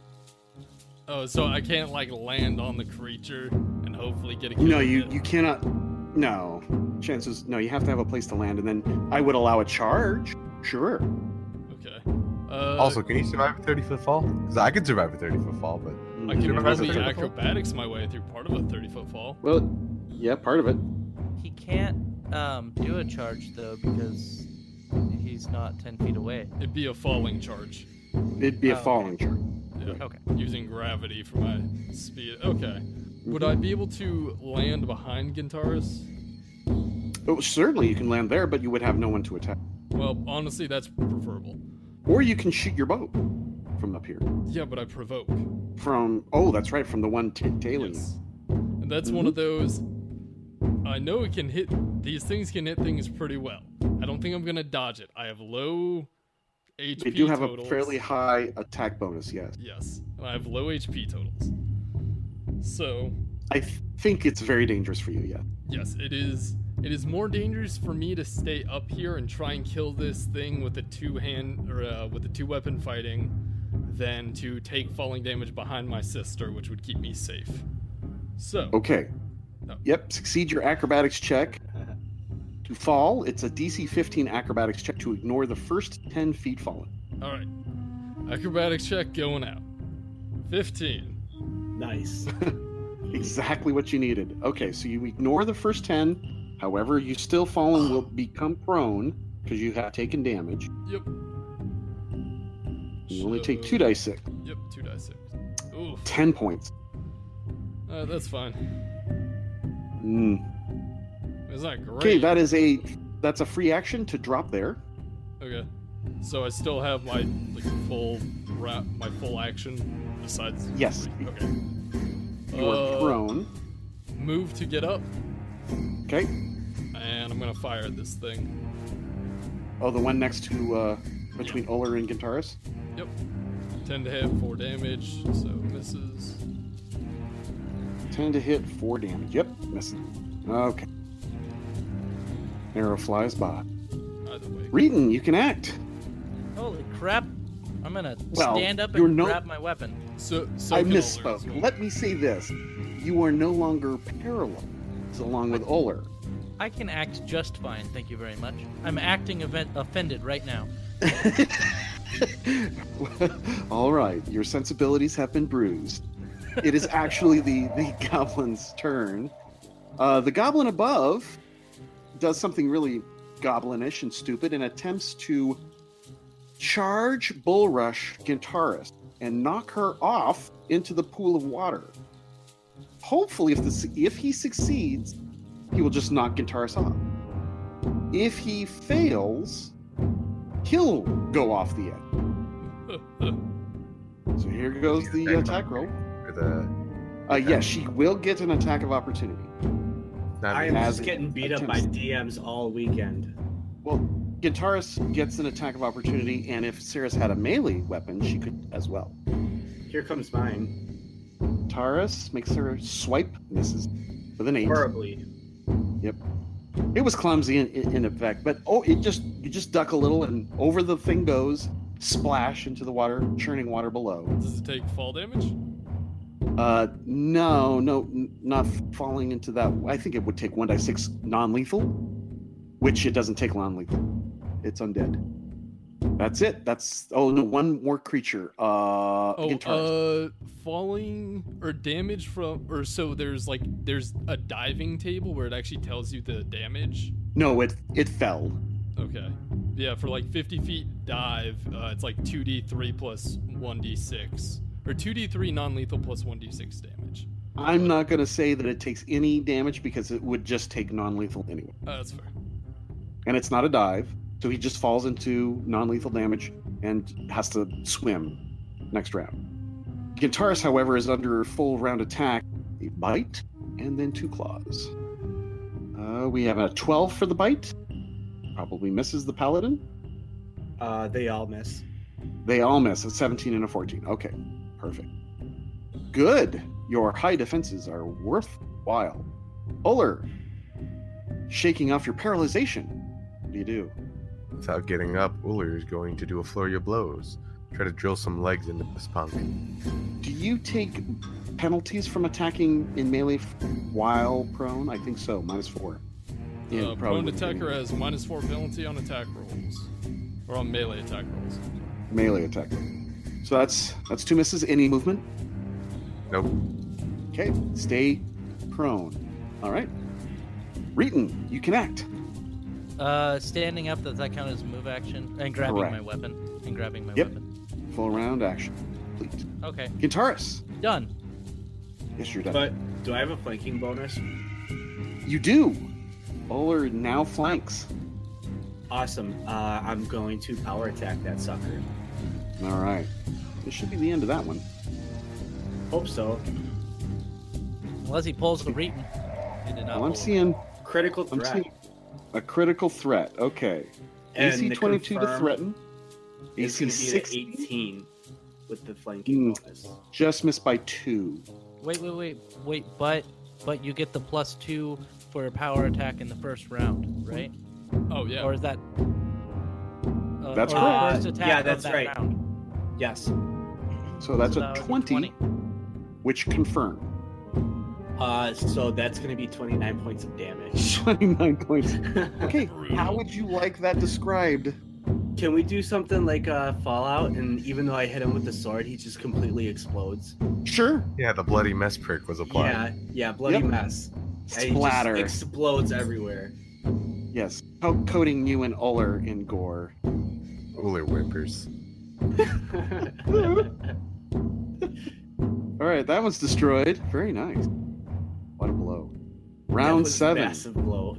S4: Oh, so I can't like land on the creature and hopefully get a kill.
S1: No,
S4: with
S1: you
S4: it.
S1: you cannot. No, chances. No, you have to have a place to land, and then I would allow a charge. Sure.
S4: Okay. Uh,
S5: also, can you survive a 30 foot fall? 'Cause I could survive a 30 foot fall, but
S4: I
S1: Mm-hmm.
S4: can
S5: Survive a
S4: probably
S5: 30 foot fall?
S4: acrobatics my way through part of a 30 foot fall.
S1: Well, yeah, part of it.
S3: He can't um, do a charge though because he's not ten feet away.
S4: It'd be a falling charge.
S1: It'd be a
S3: Oh, okay.
S1: falling charge.
S4: Yeah.
S3: Okay.
S4: Using gravity for my speed. Okay. Would I be able to land behind Gintaris?
S1: Oh, certainly you can land there, but you would have no one to attack.
S4: Well, honestly, that's preferable.
S1: Or you can shoot your bow from up here.
S4: Yeah, but I provoke.
S1: From oh, that's right, from the one t- tailing.
S4: Yes. And that's one of those. I know it can hit. These things can hit things pretty well. I don't think I'm gonna dodge it. I have low HP.
S1: They do have
S4: totals.
S1: a fairly high attack bonus. Yes,
S4: Yes, and I have low HP totals. So
S1: I th- think it's very dangerous for you. Yeah.
S4: yes, it is. It is more dangerous for me to stay up here and try and kill this thing with a two hand or uh, with a two weapon fighting, than to take falling damage behind my sister, which would keep me safe. So
S1: Okay.
S4: No.
S1: Yep. Succeed your acrobatics check. To fall, it's a DC 15 acrobatics check to ignore the first 10 feet fallen.
S4: All right. Acrobatics check going out. 15.
S2: Nice.
S1: Exactly what you needed. Okay, so you ignore the first 10. However, you still fall and will become prone because you have taken damage.
S4: Yep.
S1: You only take
S4: So-
S1: two dice six.
S4: Yep, two dice six. Oof.
S1: 10 points.
S4: Uh, that's fine.
S1: Mm.
S4: It's not great.
S1: Okay, that is a that's a free action to drop there.
S4: Okay. So I still have my like full wrap, my full action besides.
S1: Yes.
S4: Okay.
S1: You are
S4: Uh,
S1: prone.
S4: Move to get up,
S1: Okay.
S4: and I'm gonna fire at this thing.
S1: Oh, the one next to uh between Uller and Gintaris.
S4: 10 to hit, 4 damage, so misses.
S1: 10 to hit, 4 damage. Yep, missing. Okay. Arrow flies by.
S4: Either way.
S1: Reeton, you can act.
S3: Holy crap! I'm gonna
S1: Well,
S3: stand up
S1: you're
S3: and
S1: no-
S3: grab my weapon.
S4: So, so
S1: I
S4: can Uller as well.
S1: misspoke. Let me say this. You are no longer paralyzed along with Uller.
S3: I can act just fine, thank you very much. I'm acting event- offended right now.
S1: All right, your sensibilities have been bruised. It is actually the the goblin's turn. Uh, the goblin above does something really goblinish and stupid and attempts to charge Bullrush Gintaris and knock her off into the pool of water. Hopefully, if this if he succeeds, he will just knock Gintaris off. If he fails, he'll go off the edge. So here goes the attack roll.
S5: Or the
S1: Uh, yes, she will get an attack of opportunity.
S5: not
S2: I
S5: me.
S2: am
S1: As
S2: just
S1: it
S2: getting beat up by
S1: attempts-
S2: DMs all weekend.
S1: Well, Gintaris gets an attack of opportunity, and if Cirrus had a melee weapon, she could as well.
S2: Here comes mine.
S1: Taurus makes her swipe, misses with an eight.
S2: Horribly.
S1: It was clumsy in, in, in effect, but oh, it just you just duck a little, and over the thing goes, splash into the water, churning water below.
S4: Does it take fall damage?
S1: Uh, no, no, n- not falling into that. I think it would take one die six non-lethal, which it doesn't take non-lethal. It's undead. That's it. That's oh no, one more creature. Uh,
S4: Oh,
S1: Gintaris.
S4: uh, falling or damage from, or so there's like there's a diving table where it actually tells you the damage.
S1: no, it it fell.
S4: Okay, yeah, for like 50 feet dive, uh, it's like 2d3 plus 1d6, or 2d3 non-lethal plus 1d6 damage.
S1: I'm not gonna say that it takes any damage because it would just take non-lethal anyway,
S4: Uh, that's fair.
S1: and it's not a dive, so he just falls into non-lethal damage and has to swim next round. Gintaris, however, is under full round attack, a bite, and then two claws. Uh, we have a 12 for the bite. Probably misses the paladin.
S2: Uh, they all miss.
S1: They all miss. A 17 and a 14. Okay, perfect. Good. Your high defenses are worthwhile. Uller, shaking off your paralyzation. What do you do?
S5: Without getting up, Uller is going to do a flurry of blows. Try to drill some legs into this punk.
S1: Do you take penalties from attacking in melee f- while prone? I think so. Minus four. Yeah,
S4: uh, prone
S1: probably.
S4: attacker has minus four penalty on attack rolls, or on melee attack rolls.
S1: melee attack. So that's that's two misses. Any movement?
S5: Nope.
S1: Okay, stay prone. All right. Reeton, you can act.
S3: Uh, standing up, does that count as a move action? And grabbing
S1: Correct.
S3: my weapon. And grabbing my
S1: Yep.
S3: weapon.
S1: Full round action. Complete.
S3: Okay,
S1: Gintaris.
S3: done.
S1: Yes, you're done.
S2: But do I have a flanking bonus?
S1: you do. Oler now flanks.
S2: Awesome. Uh, I'm going to power attack that sucker.
S1: All right. This should be the end of that one.
S2: Hope so.
S3: Unless he pulls the Reeton. He did not
S1: Well, I'm
S3: pull it.
S1: seeing.
S2: Critical
S1: I'm
S2: threat.
S1: seeing a critical threat. Okay.
S2: And
S1: AC
S2: the
S1: 22 to
S2: confirm
S1: threaten.
S2: Is
S1: AC
S2: going to
S1: 16.
S2: be an 18 with the flanking
S1: Mm.
S2: bonus.
S1: Just missed by two.
S3: Wait, wait, wait, wait. But, but you get the plus two for a power attack in the first round, right?
S4: Oh yeah.
S3: Or is that? Uh,
S1: That's
S3: or the
S2: correct.
S3: First
S2: Uh,
S3: attack
S2: yeah,
S3: of
S2: that's
S3: that
S2: right.
S3: round. Uh,
S2: Yes.
S1: So that's
S3: So
S1: a
S3: that was
S1: 20, which confirmed.
S2: Uh, so that's going to be 29 points of damage.
S1: 29 points. Okay, how would you like that described?
S2: Can we do something like uh, Fallout? And even though I hit him with the sword, he just completely explodes.
S1: Sure.
S5: Yeah, the bloody mess prick was applied.
S2: Yeah, yeah, bloody
S1: Yep.
S2: mess. And he just
S1: Splatter.
S2: explodes everywhere.
S1: yes. How coating you and Uller in gore.
S5: Uller whimpers.
S1: All right, that one's destroyed. Very nice. What a blow.
S2: That
S1: Round
S2: was a
S1: seven.
S2: Massive blow.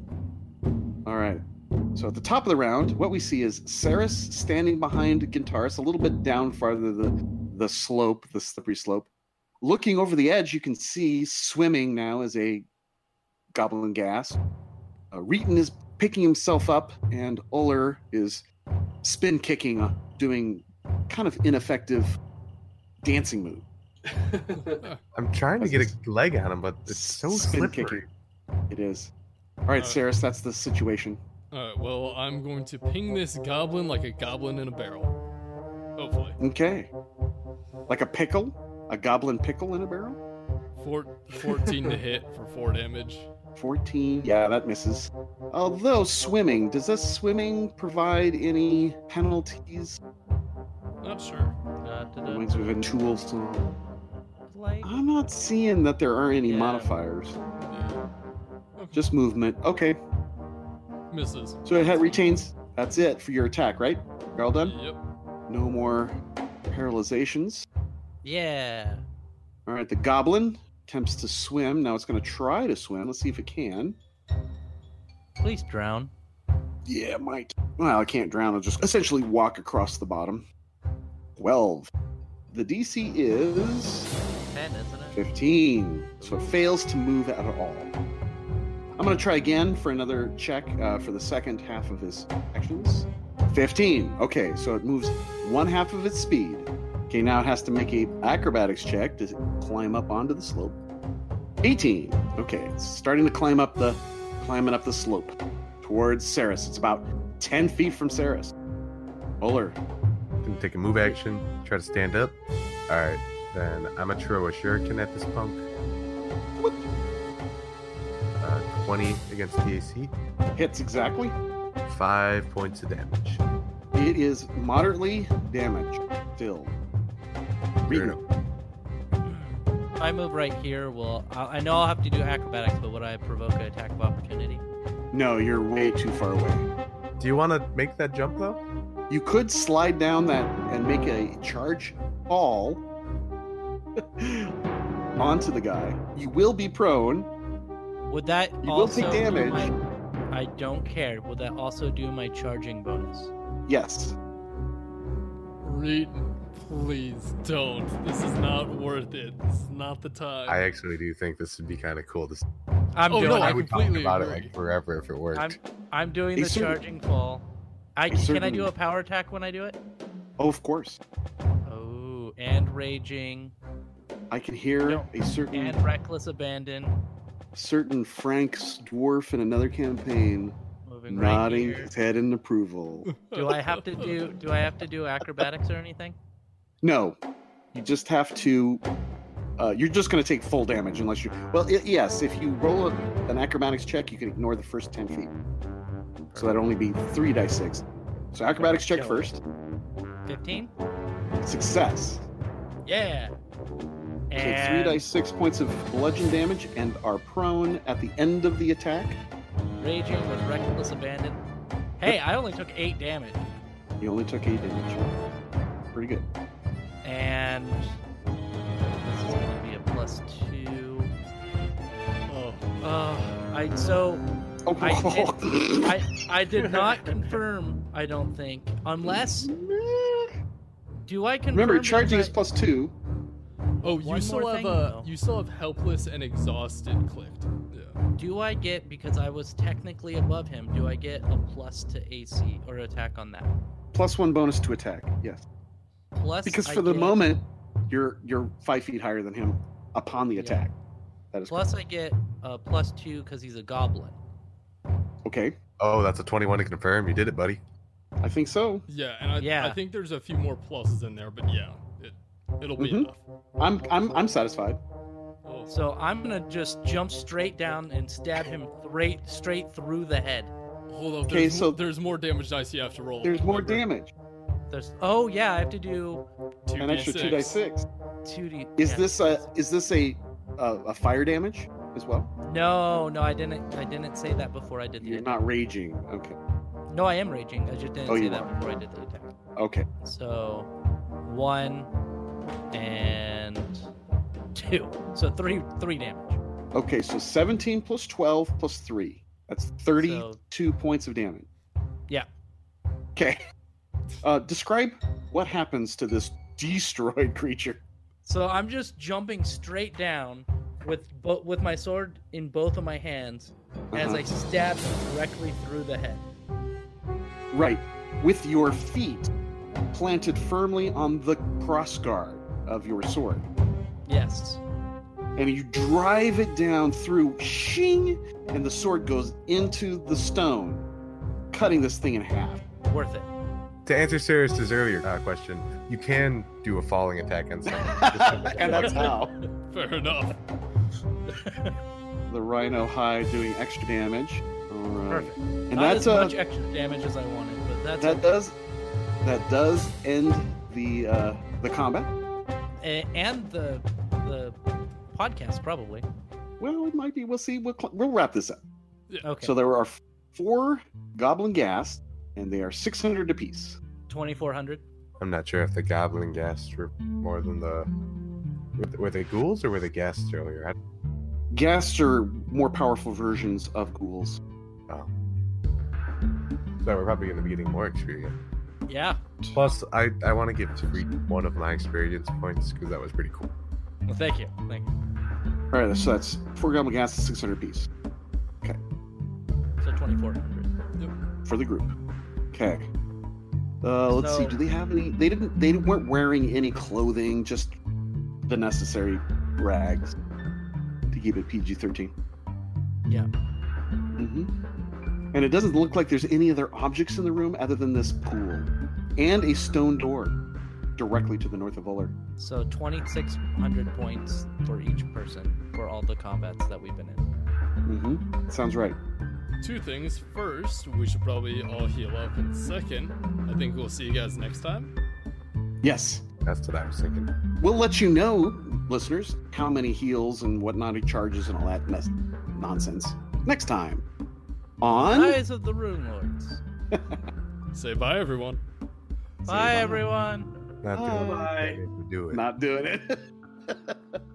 S1: All right. So at the top of the round, what we see is Ceres standing behind Gintaris, a little bit down farther the the slope, the slippery slope. Looking over the edge, you can see swimming now is a goblin gas. Uh, Reeton is picking himself up, and Uller is spin kicking, uh, doing kind of ineffective dancing move.
S5: I'm trying to get a leg on him, but it's so
S1: Spin
S5: slippery.
S1: kicking. It is. All right,
S4: Uh,
S1: Ceres, that's the situation.
S4: Alright, Uh, well, I'm going to ping this goblin like a goblin in a barrel. Hopefully.
S1: Okay. Like a pickle? A goblin pickle in a barrel?
S4: Four, 14 to hit for 4 damage.
S1: 14. Yeah, that misses. Although swimming, does this swimming provide any penalties?
S4: Not sure.
S3: Uh, da- da-
S1: Reminds me of a tool. song.
S3: like,
S1: I'm not seeing that there are any
S3: Yeah.
S1: modifiers.
S4: Yeah.
S1: Just movement. Okay,
S4: Misses.
S1: so it ha- retains. That's it for your attack, right? You're all done.
S4: Yep.
S1: No more paralyzations.
S3: yeah.
S1: All right, the goblin attempts to swim. Now it's going to try to swim. Let's see if it can.
S3: Please drown.
S1: Yeah, it might. Well, I can't drown. I'll just essentially walk across the bottom. 12. The DC is
S3: Ten, isn't it?
S1: 15. So it fails to move at all. I'm going to try again for another check uh, for the second half of his actions. 15. Okay, so it moves one half of its speed. Okay, now it has to make a acrobatics check to climb up onto the slope. 18. Okay, it's starting to climb up the climbing up the slope towards Ceres. It's about 10 feet from Ceres. Oler.
S5: Gonna take a move action, try to stand up. Alright, then I'm gonna throw a shuriken at this punk. Uh, 20 against DAC,
S1: Hits exactly.
S5: 5 points of damage.
S1: It is moderately damaged still.
S5: Fair
S1: Regan.
S5: enough.
S3: If I move right here, well, I I know I'll have to do acrobatics, but would I provoke an attack of opportunity?
S1: No, you're way too far away.
S5: Do you wanna make that jump though?
S1: You could slide down that and make a charge fall onto the guy. You will be prone.
S3: Would that
S1: You will
S3: also
S1: take
S3: do
S1: damage.
S3: my- I don't care. Would that also do my charging bonus?
S1: Yes.
S4: Reading. Please don't. This is not worth it. This is not the time.
S5: I actually do think this would be kind of cool. This
S3: I'm
S4: Oh,
S3: doing.
S4: no,
S3: it.
S4: I
S5: I would talk
S4: completely
S5: about it
S4: agree.
S5: like forever if it worked.
S3: I'm I'm doing
S1: A
S3: the
S1: certain-
S3: charging fall. I
S1: a
S3: can I
S1: certain-
S3: do a power attack when I do it?
S1: Oh, of course.
S3: Oh, and raging
S1: I can hear
S3: No.
S1: a certain
S3: and reckless abandon.
S1: certain Frank's dwarf in another campaign
S3: Moving right
S1: nodding
S3: here.
S1: his head in approval.
S3: Do I have to do do I have to do acrobatics or anything?
S1: No, you just have to. Uh, you're just going to take full damage unless you. Well, i yes, if you roll a, an acrobatics check, you can ignore the first 10 feet. So that'd only be three die six. So acrobatics check
S2: Kill.
S1: first.
S3: Fifteen?
S1: Success.
S3: Yeah.
S1: So three
S3: And
S1: die six points of bludgeon damage and are prone at the end of the attack.
S3: raging with reckless abandon. Hey, I only took eight damage.
S1: You only took eight damage. Pretty good.
S3: And this is gonna be a plus two.
S4: Oh,
S3: Uh, I so
S1: Oh,
S3: I I I did not confirm. I don't think unless do I confirm?
S1: Remember,
S3: that
S1: charging
S3: I-
S1: is plus two.
S4: oh you
S3: One
S4: still
S3: more
S4: have
S3: thing,
S4: uh
S3: though.
S4: you still have helpless and exhausted clicked. Yeah.
S3: Do I get because I was technically above him? Do I get a plus to AC or attack on that?
S1: Plus one bonus to attack. Yes.
S3: Plus
S1: because
S3: I
S1: for the
S3: get-
S1: moment you're you're five feet higher than him upon the
S3: Yeah.
S1: attack that is
S3: Plus I get a plus two because he's a goblin.
S1: okay
S5: Oh, that's a 21 to confirm. You did it, buddy.
S1: i think so
S4: Yeah, and I, I
S3: Yeah.
S4: think there's a few more pluses in there, but yeah, it it'll be
S1: Mhm.
S4: enough.
S1: i'm i'm i'm satisfied
S4: Oh,
S3: So I'm gonna just jump straight down and stab him straight straight through the head.
S4: hold on.
S1: Okay,
S4: There's,
S1: so-
S4: mo- there's more damage dice you have to roll.
S1: there's more
S4: remember.
S1: damage
S3: There's oh yeah I have to do
S4: Two
S1: an extra two die six
S3: two d.
S1: is
S3: yeah.
S1: this a is this a a, a fire damage as well
S3: No no I didn't I didn't say that before I did the.
S1: you're
S3: attack.
S1: not raging okay
S3: No, I am raging. I just didn't
S1: Oh,
S3: say
S1: you
S3: that
S1: are.
S3: before I did the attack.
S1: okay
S3: So one and two. So three three damage.
S1: okay so 17 plus 12 plus 3 that's 32 points of damage
S3: Yeah.
S1: okay uh describe what happens to this destroyed creature
S3: So I'm just jumping straight down with bo- with my sword in both of my hands as
S1: Uh-huh.
S3: I stab him directly through the head.
S1: Right, with your feet planted firmly on the crossguard of your sword.
S3: Yes.
S1: And you drive it down through, shing, and the sword goes into the stone, cutting this thing in half.
S3: Worth it.
S5: To answer Cyrus's earlier uh, question, you can do a falling attack on someone.
S1: and that's how.
S4: Fair enough.
S1: the rhino hide doing extra damage. All right.
S5: Perfect.
S1: And
S3: Not
S1: that's
S3: as
S1: uh,
S3: much extra damage as I wanted, but that's
S1: that does that does end the uh, the combat.
S3: a- and the the podcast probably.
S1: Well, it might be. We'll see. We'll, cl- we'll wrap this up.
S3: Okay,
S1: So there are four goblin gas, and they are 600 apiece.
S3: twenty four hundred.
S5: I'm not sure if the goblin gas were more than the. Were the, were they ghouls or were the ghasts earlier? I,
S1: Ghasts are more powerful versions of ghouls.
S5: so we're probably going to be getting more experience.
S3: Yeah,
S5: Plus, I, I want to give to Reed one of my experience points because that was pretty cool.
S3: well, thank you. Thank you.
S1: All right, so that's four goblin gas, 600 apiece
S3: So twenty four hundred.
S1: for the group. Okay. Uh, let's see.
S3: So-
S1: Do they have any? They didn't. They weren't wearing any clothing, just the necessary rags to keep it PG-13.
S3: Yeah.
S1: hmm And it doesn't look like there's any other objects in the room other than this pool and a stone door directly to the north of Uller.
S3: So twenty six hundred points for each person for all the combats that we've been in.
S1: Mm-hmm. Sounds right.
S4: Two things. First, we should probably all heal up. And second, I think we'll see you guys next time.
S1: Yes.
S5: That's what I was thinking.
S1: We'll let you know, listeners, how many heals and whatnot he charges and all that mess- nonsense next time on.
S3: Eyes of the Rune Lords.
S4: Say bye, everyone.
S3: Bye everyone.
S5: Not doing
S1: Bye.
S5: anything to do it.
S1: Not doing it.